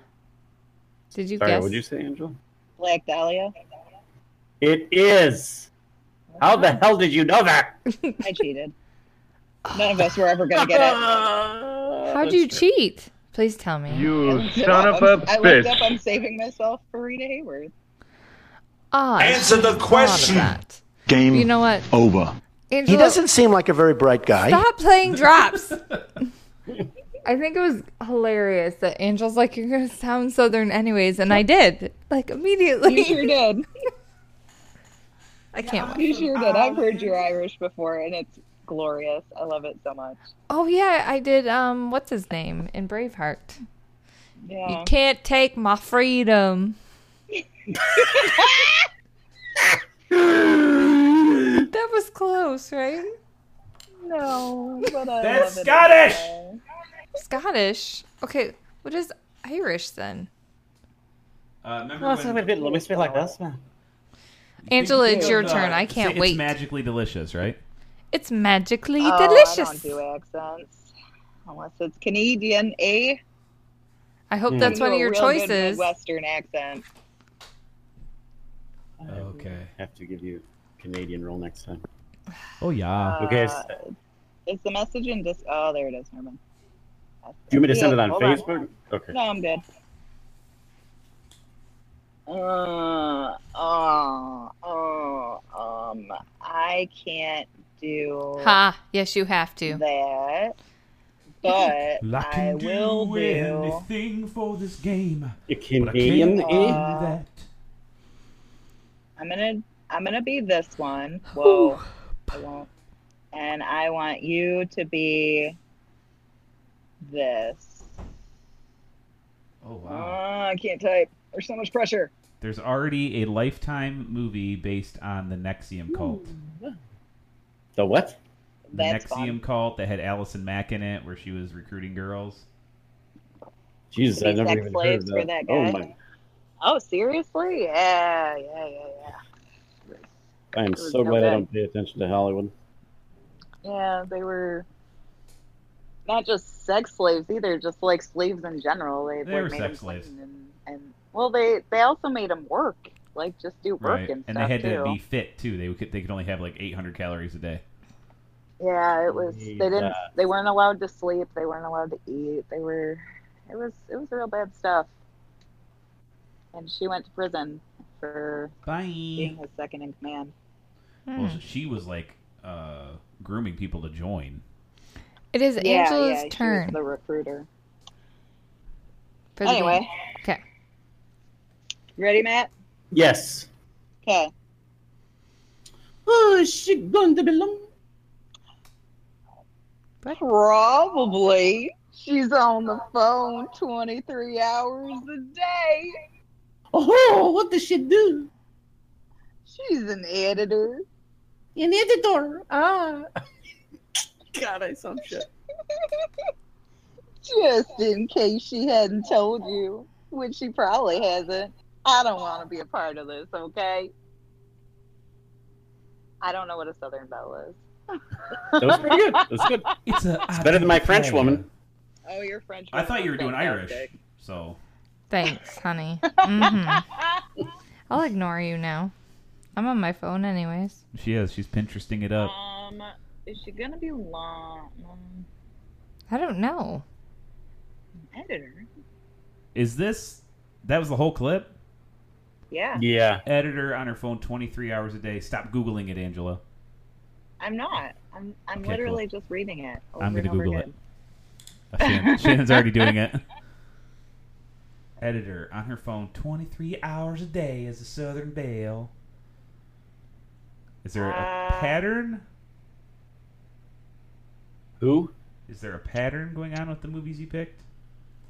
Did you Sorry, guess? what'd you say, Angel? Black Dahlia. It is. How the hell did you know that? I cheated. None of us were ever going to get it. How'd you cheat? Please tell me. *laughs* You I son of looked a up- I looked bitch. up. I'm saving myself for Rita Hayworth. Ah, I Answer the should've thought of question. that. Game You know what? over. he Angela, doesn't seem like a very bright guy. *laughs* Stop playing drops. I think it was hilarious that Angel's like, you're going to sound Southern anyways. And I did. Like, immediately. You sure did. *laughs* I can't wait. You sure did. I've heard you're Irish before, and it's glorious. I love it so much. Oh, yeah. I did, um, what's his name in Braveheart? Yeah. You can't take my freedom. that was close, right? No, but I That's love it Scottish! anyway. Oh, Scottish. Okay, what is Irish then? Uh, remember Well, it's a bit- we speak like this, man. Angela, it's your turn. I Say can't it's wait. magically delicious, right? It's magically Oh, I delicious. don't do accents unless it's Canadian. Eh? I hope Mm. that's I one do of a your real Good choices. Midwestern accent. Okay. Have to give you Canadian roll next time. Oh yeah. okay. Uh, s- Is the message in dis? Oh, there it is, Norman. That's Do you want me to send it. it on Hold Facebook? Okay. No, I'm good. Uh, uh, uh, um, I can't do Ha! Yes, you have to. that, but I I can will do do. anything for this game. A Canadian But I Uh, eh? can't do that. I'm gonna I'm gonna be this one. Whoa. *sighs* I won't. And I want you to be this. Oh wow. Ah, I can't type. There's so much pressure. There's already a lifetime movie based on the Nexium cult. The what? The That's Nexium fun. cult that had Allison Mack in it, where she was recruiting girls. Jesus, Be I've never sex even heard slaves of for that. that Oh guy. my! Oh, seriously? Yeah, yeah, yeah, yeah. I am It was so no glad I good. don't pay attention to Hollywood. Yeah, they were not just sex slaves either, just like slaves in general. They, They like, were made sex 'em clean slaves. And, and well, they they also made them work, like just do work Right. and, And they stuff had to too. be fit too. They could they could only have like 800 calories a day. Yeah, it was. They didn't. Yeah. They weren't allowed to sleep. They weren't allowed to eat. They were. It was. It was real bad stuff. And she went to prison for Bye. being his second in command. Hmm. Well, she was like uh, grooming people to join. It is Yeah, yeah, Angela's she was turn. the recruiter. for the game. Anyway. Okay. You ready, Matt? Yes. Okay. Oh, she going to belong. Probably. She's on the phone 23 hours a day. Oh, what does she do? She's an editor. An editor. *laughs* Ah. God, I some shit. Just in case she hadn't told you, which she probably hasn't. I don't want to be a part of this, okay? I don't know what a Southern Belle is. That was pretty good. That was good. It's, a, It's *laughs* better than my French woman. Oh, you're French. I thought you were doing Irish. Fantastic. So Thanks, honey. Mhm. I'll ignore you now. I'm on my phone anyways. she is. She's Pinteresting it up. Um, is she gonna be long? Um, I don't know. editor? Is this? That was the whole clip. Yeah. *laughs* Yeah. Editor on her phone 23 hours a day. Stop googling it, Angela. I'm not. I'm. I'm Okay, literally just reading it. Over I'm and gonna over Google again. it. Uh, *laughs* Shannon- Shannon's already doing it. Editor on her phone 23 hours a day as a Southern Belle. Is there a Uh, pattern? Who? Is there a pattern going on with the movies you picked?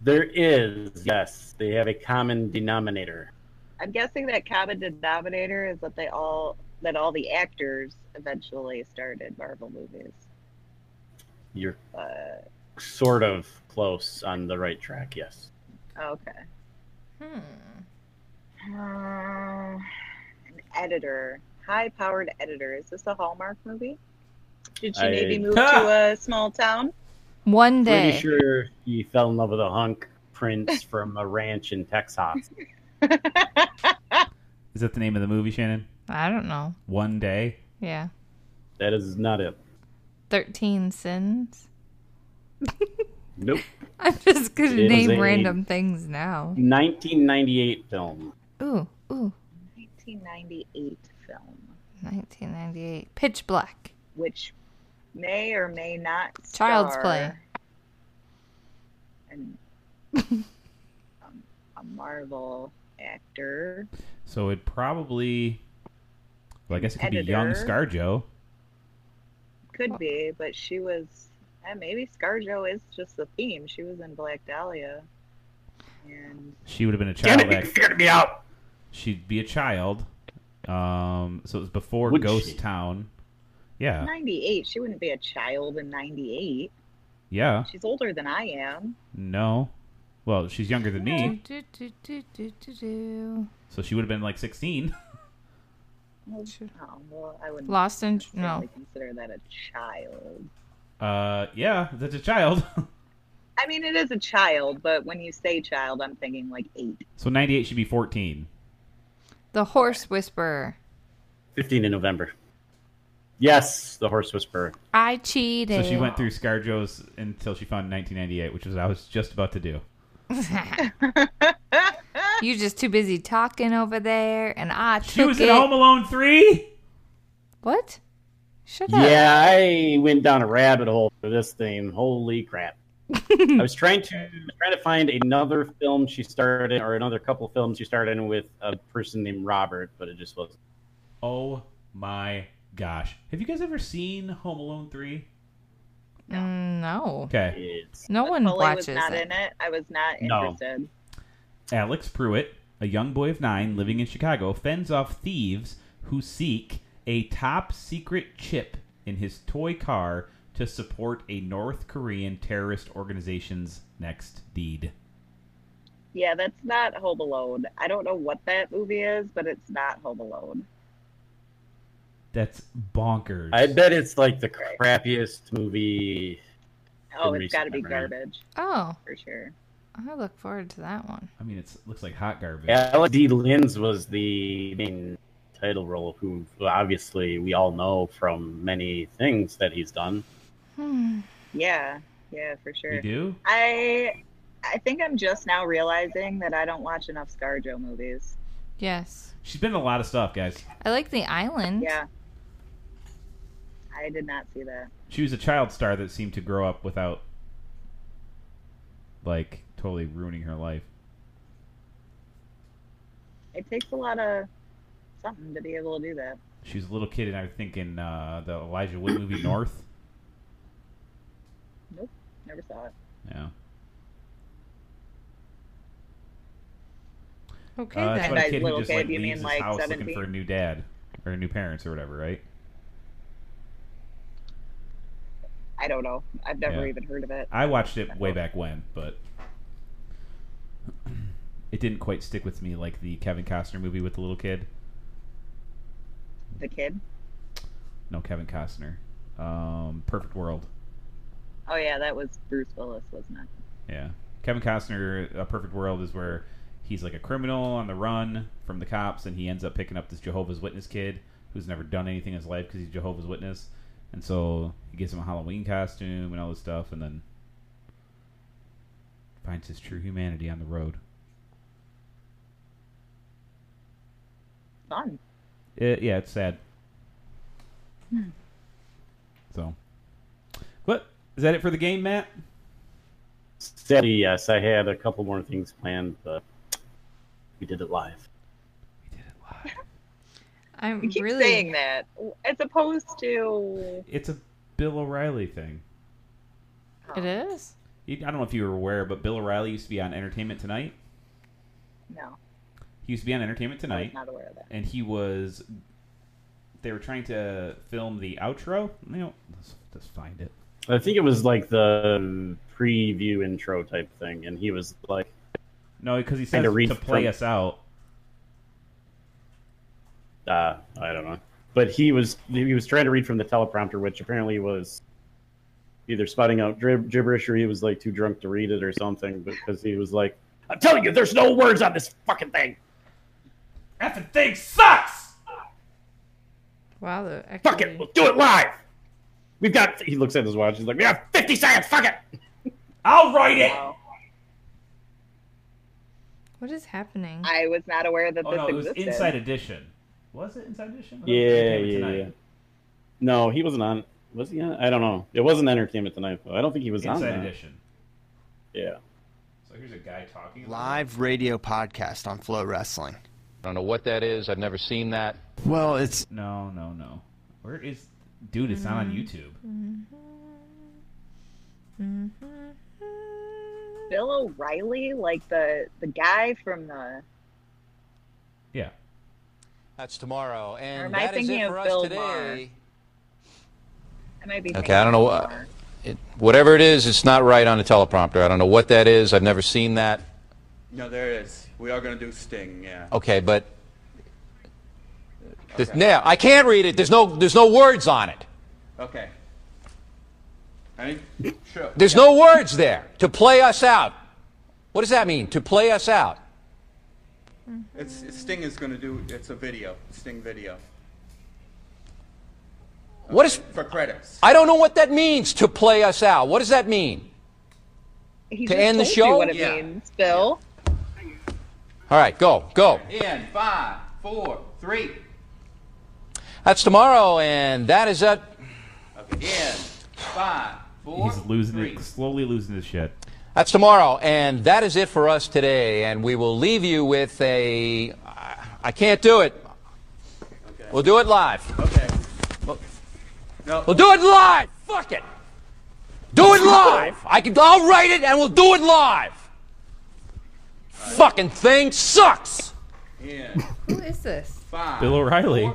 There is, yes. They have a common denominator. I'm guessing that common denominator is that they all that all the actors eventually started Marvel movies. You're But sort of close on the right track, yes. okay. Hmm. Uh, an editor, high-powered editor. Is this a Hallmark movie? Did she I- maybe move to a small town? One Pretty day. sure he fell in love with a hunk prince *laughs* from a ranch in Texas. Is that the name of the movie, Shannon? I don't know. One Day? Yeah. That is not it. 13 sins. *laughs* Nope. I'm just going to It is name a- random things now. 1998 film. Ooh, ooh. 1998 film, 1998. Pitch Black. which may or may not star Child's Play. an, um, a Marvel actor. So it probably. Well, I guess it could be young Editor. ScarJo. Could be, but she was. eh, maybe ScarJo is just the theme. She was in Black Dahlia. And She would have been a Get child. it- act- get me out. She'd be a child. Um, so it was before Would Ghost she? Town. Yeah, 98. She wouldn't be a child in 98. yeah. She's older than I am. No, well, she's younger than me, Do, do, do, do, do, do. so she would have been like sixteen. Well, oh, well, I wouldn't Lost in. necessarily No. consider that a child. Uh, yeah, that's a child. *laughs* I mean, it is a child, but when you say child, I'm thinking like eight. so ninety-eight should be fourteen. The Horse Whisperer. 15 in November. Yes, The Horse Whisperer. I cheated. So she went through ScarJo's until she found nineteen ninety-eight, which was I was just about to do. *laughs* you just too busy talking over there, and I took She was it. in Home Alone three. What? Shut up. Yeah, I went down a rabbit hole for this thing. Holy crap. I was trying to trying to find another film she started or another couple films she started in with a person named Robert, but it just wasn't. Oh my gosh! Have you guys ever seen Home Alone three? Mm, No. Okay. No one Fully was watches not it. in it. I was not No. interested. Alex Pruitt, a young boy of nine living in Chicago, fends off thieves who seek a top secret chip in his toy car to support a North Korean terrorist organization's next deed. Yeah, that's not Home Alone. I don't know what that movie is, but it's not Home Alone. That's bonkers. I bet it's like the crappiest movie. Oh, in it's got to recent be memory. garbage Oh, for sure. I look forward to that one. I mean, it looks like hot garbage. Alec D. Linz was the main title role, who obviously we all know from many things that he's done. Hmm. Yeah, yeah, for sure. We do? I, I think I'm just now realizing that I don't watch enough ScarJo movies. Yes. She's been in a lot of stuff, guys. I like The Island. Yeah, I did not see that. She was a child star that seemed to grow up without, like, totally ruining her life. It takes a lot of something to be able to do that. She was a little kid, and I was thinking uh, the Elijah Wood movie *clears throat* North. Nope, never saw it. Yeah. Okay, Uh, it's then. about a kid who Little just kid, like you leaves mean, his like, house looking 17? for a new dad or new parents or whatever, right? I don't know. I've never Yeah. even heard of it. I watched it way back when, but it didn't quite stick with me like the Kevin Costner movie with the little kid. The kid. No, Kevin Costner. Um, Perfect World. Oh yeah, that was Bruce Willis, wasn't it? Yeah. Kevin Costner, A Perfect World is where he's like a criminal on the run from the cops, and he ends up picking up this Jehovah's Witness kid who's never done anything in his life because he's Jehovah's Witness. And so he gives him a Halloween costume and all this stuff, and then finds his true humanity on the road. Fun. It, yeah, it's sad. Hmm. So, what is that it for the game, Matt? Sadly, yes, I had a couple more things planned, but we did it live. I'm You keep really saying that as opposed to It's a Bill O'Reilly thing. oh, It is. You- I don't know if you were aware, but Bill O'Reilly used to be on Entertainment Tonight. No. He used to be on Entertainment Tonight. not aware of that. And he was. They were trying to film the outro. You know, let's, let's find it. I think it was like the preview intro type thing, and he was like, No, because he says Kinda read to play from- us out. uh, I don't know. But he was he was trying to read from the teleprompter, which apparently was either spouting out drib- gibberish or he was like too drunk to read it or something. Because he was like, "I'm telling you, there's no words on this fucking thing." Effing thing sucks. Wow. The Fuck it, we'll do it live. We've got. He looks at his watch. He's like, "We have 50 seconds. Fuck it." I'll write it. What is happening? I was not aware that Oh this no, it was existed. Inside Edition. Was it Inside Edition? Or Yeah, Entertainment yeah, Tonight? yeah. No, he wasn't on. Was he on? I don't know. It wasn't Entertainment Tonight. Though. I don't think he was on. Inside that. Edition. Yeah. So here's a guy talking. Live radio podcast on Flow Wrestling. I don't know what that is. I've never seen that. Well, it's no, no, no. Where is, dude? It's not on Mm-hmm. YouTube. Bill O'Reilly, like the the guy from the. That's tomorrow, Or am and I that is thinking it of for us Bill today. Maher? I might be. Okay, thinking I don't know of what. Maher. It, whatever it is, it's not right on the teleprompter. I don't know what that is. I've never seen that. No, there it is. We are going to do Sting, yeah. Okay, but this, yeah, I can't read it. There's no, there's no words on it. Okay. Ready? Sure. There's no words there to play us out. What does that mean? To play us out? It's, Sting is going to do, it's a video, Sting video. What is? For credits. I don't know what that means. To play us out. What does that mean? He To just end the told you show? what it Yeah. means, Bill. All right, go, go. In five, four, three. That's tomorrow, and that is it. Okay. In five, four. He's losing it, slowly losing his shit. That's tomorrow, and that is it for us today. And we will leave you with a. I- I can't do it. We'll do it live. Okay. No. We'll do it live. Fuck it. Do it live. I can. I'll write it, and we'll do it live. Fucking thing sucks. In Who is this? five. Bill O'Reilly.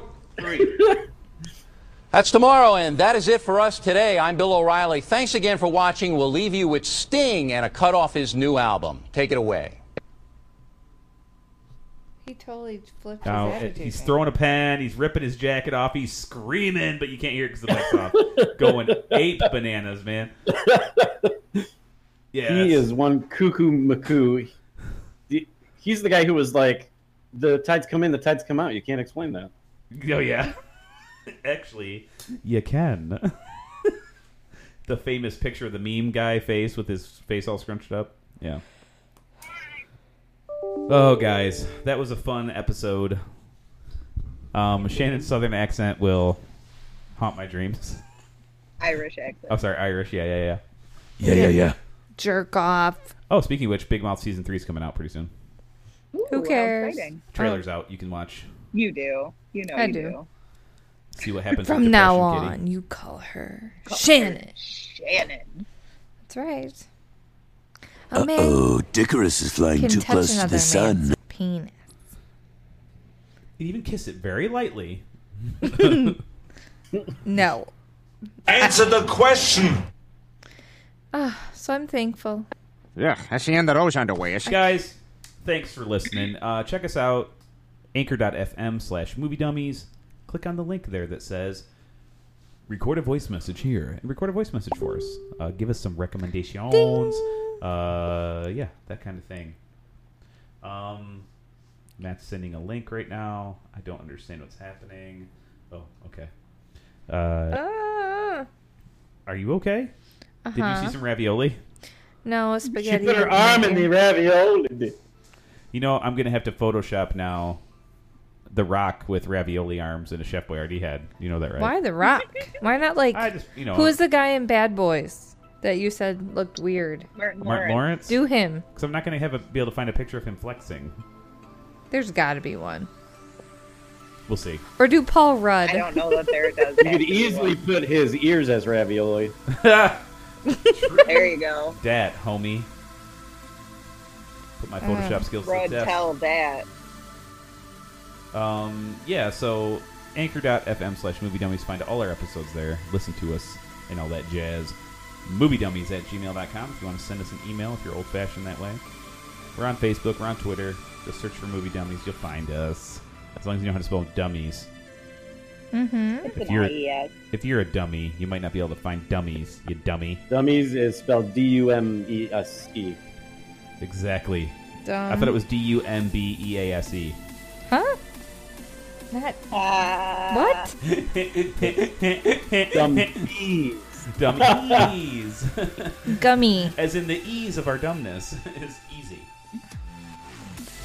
That's tomorrow, and that is it for us today. I'm Bill O'Reilly. Thanks again for watching. We'll leave you with Sting and a cut off his new album. Take it away. He totally flipped his Now, eh, attitude. he's throwing a pen. He's ripping his jacket off. He's screaming, but you can't hear it because the mic's off. Going ape bananas, man. Yeah, he is one cuckoo macoo. He- He's the guy who was like, "The tides come in, the tides come out." You can't explain that. Oh yeah. *laughs* Actually, you can. *laughs* the famous picture of the meme guy face with his face all scrunched up. Yeah. Oh, guys, that was a fun episode. Um, Shannon's southern accent will haunt my dreams. *laughs* Irish accent. I'm sorry, Irish. Yeah, yeah, yeah. Yeah, yeah, yeah. Jerk off. Oh, speaking of which, Big Mouth season three is coming out pretty soon. Who Ooh, how cares? exciting. Trailer's Oh. out. You can watch. You do. You know I you do. do. See *laughs* what happens with From now Depression on, Kitty. you call her Shannon. Shannon. That's right. A Uh man oh, Dickerus is flying can too touch close to another the sun. man's Penis. You can even kiss it very lightly. No. Answer the question. Ah, so I'm thankful. Yeah, that's the end of those underwear. Guys, thanks for listening. Uh, check us out, anchor.fm slash movie dummies. Click on the link there that says record a voice message here and record a voice message for us. Uh, give us some recommendations. Uh, yeah, that kind of thing. Um, Matt's sending a link right now. I don't understand what's happening. Oh, okay. Uh, Ah. are you okay? Did you Uh-huh. see some ravioli? No, a spaghetti. put her and arm in the vinegar. ravioli. You know, I'm gonna have to Photoshop now. The Rock with ravioli arms and a Chef Boyardee head. You know that, right? Why The Rock? Why not like? you know- who's the guy in Bad Boys that you said looked weird? Martin Martin Lawrence. Do him. Because I'm not gonna have a, be able to find a picture of him flexing. There's got to be one. We'll see. Or do Paul Rudd? *laughs* I don't know that there does. You could easily put his ears as ravioli. there you *laughs* go. Dat, homie. Uh, Put my Photoshop Mm, skills to the Bro, test. tell that. Um, yeah, so anchor.fm slash movie dummies. Find all our episodes there. Listen to us and all that jazz. Movie dummies at gmail.com if you want to send us an email if you're old fashioned that way. We're on Facebook, we're on Twitter. Just search for movie dummies, you'll find us. As long as you know how to spell dummies. Mm-hmm. If you're, E if you're a dummy, you might not be able to find dummies, you dummy. Dummies is spelled D U M E S E. Exactly. Dumb. I thought it was D U M B E A S E. Huh? That. Ah, what? Dummies. *laughs* Dummies. Gummy. As in the ease of our dumbness *laughs* is easy.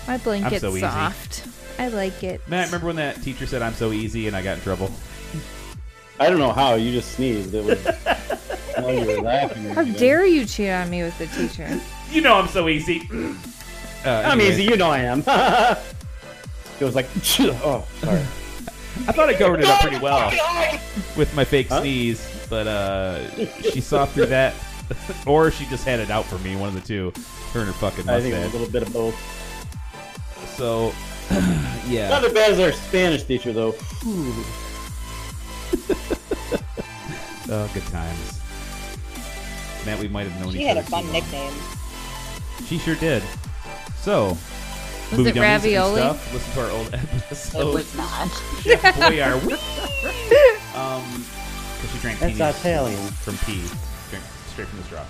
My blanket's so easy. soft. I like it. Matt, remember when that teacher said I'm so easy and I got in trouble? I don't know how you just sneezed. It was. while you were laughing. How dare you cheat on me with the teacher? You know I'm so easy. *clears throat* Uh, I'm anyway. easy. You know I am. *laughs* it was like, *laughs* oh, *laughs* sorry. I thought I covered it up pretty *laughs* well with my fake sneeze, but uh, she saw through that, *laughs* or she just had it out for me. One of the two, her and her fucking I mustache. think it was a little bit of both. So, *clears throat* yeah. Not as bad as our Spanish teacher though. Oh, good times. Matt, we might have known She each had other. a fun too long. nickname. She sure did. So, Was movie it dummies and ravioli? Stuff, listen to our old *laughs* episodes. It was not. Chef Boyardee. Um, because she drank That's peas Italian. from pea, Drink straight from the straw.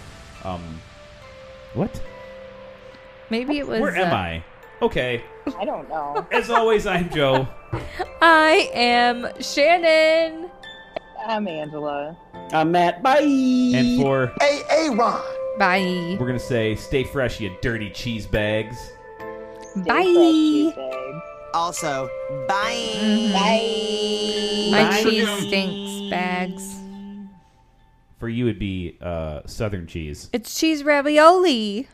Um, what? Maybe it was. Where am uh, I? Okay. I don't know. As always, I'm Joe. I am Shannon. I'm Angela. I'm Matt. Bye. *laughs* And for Hey, hey, Ron. Bye. we're gonna say, stay fresh, you dirty cheese bags. Bye. Also, bye. Bye. My Bye. cheese stinks, bags. For you, it'd be uh, southern cheese. It's cheese ravioli.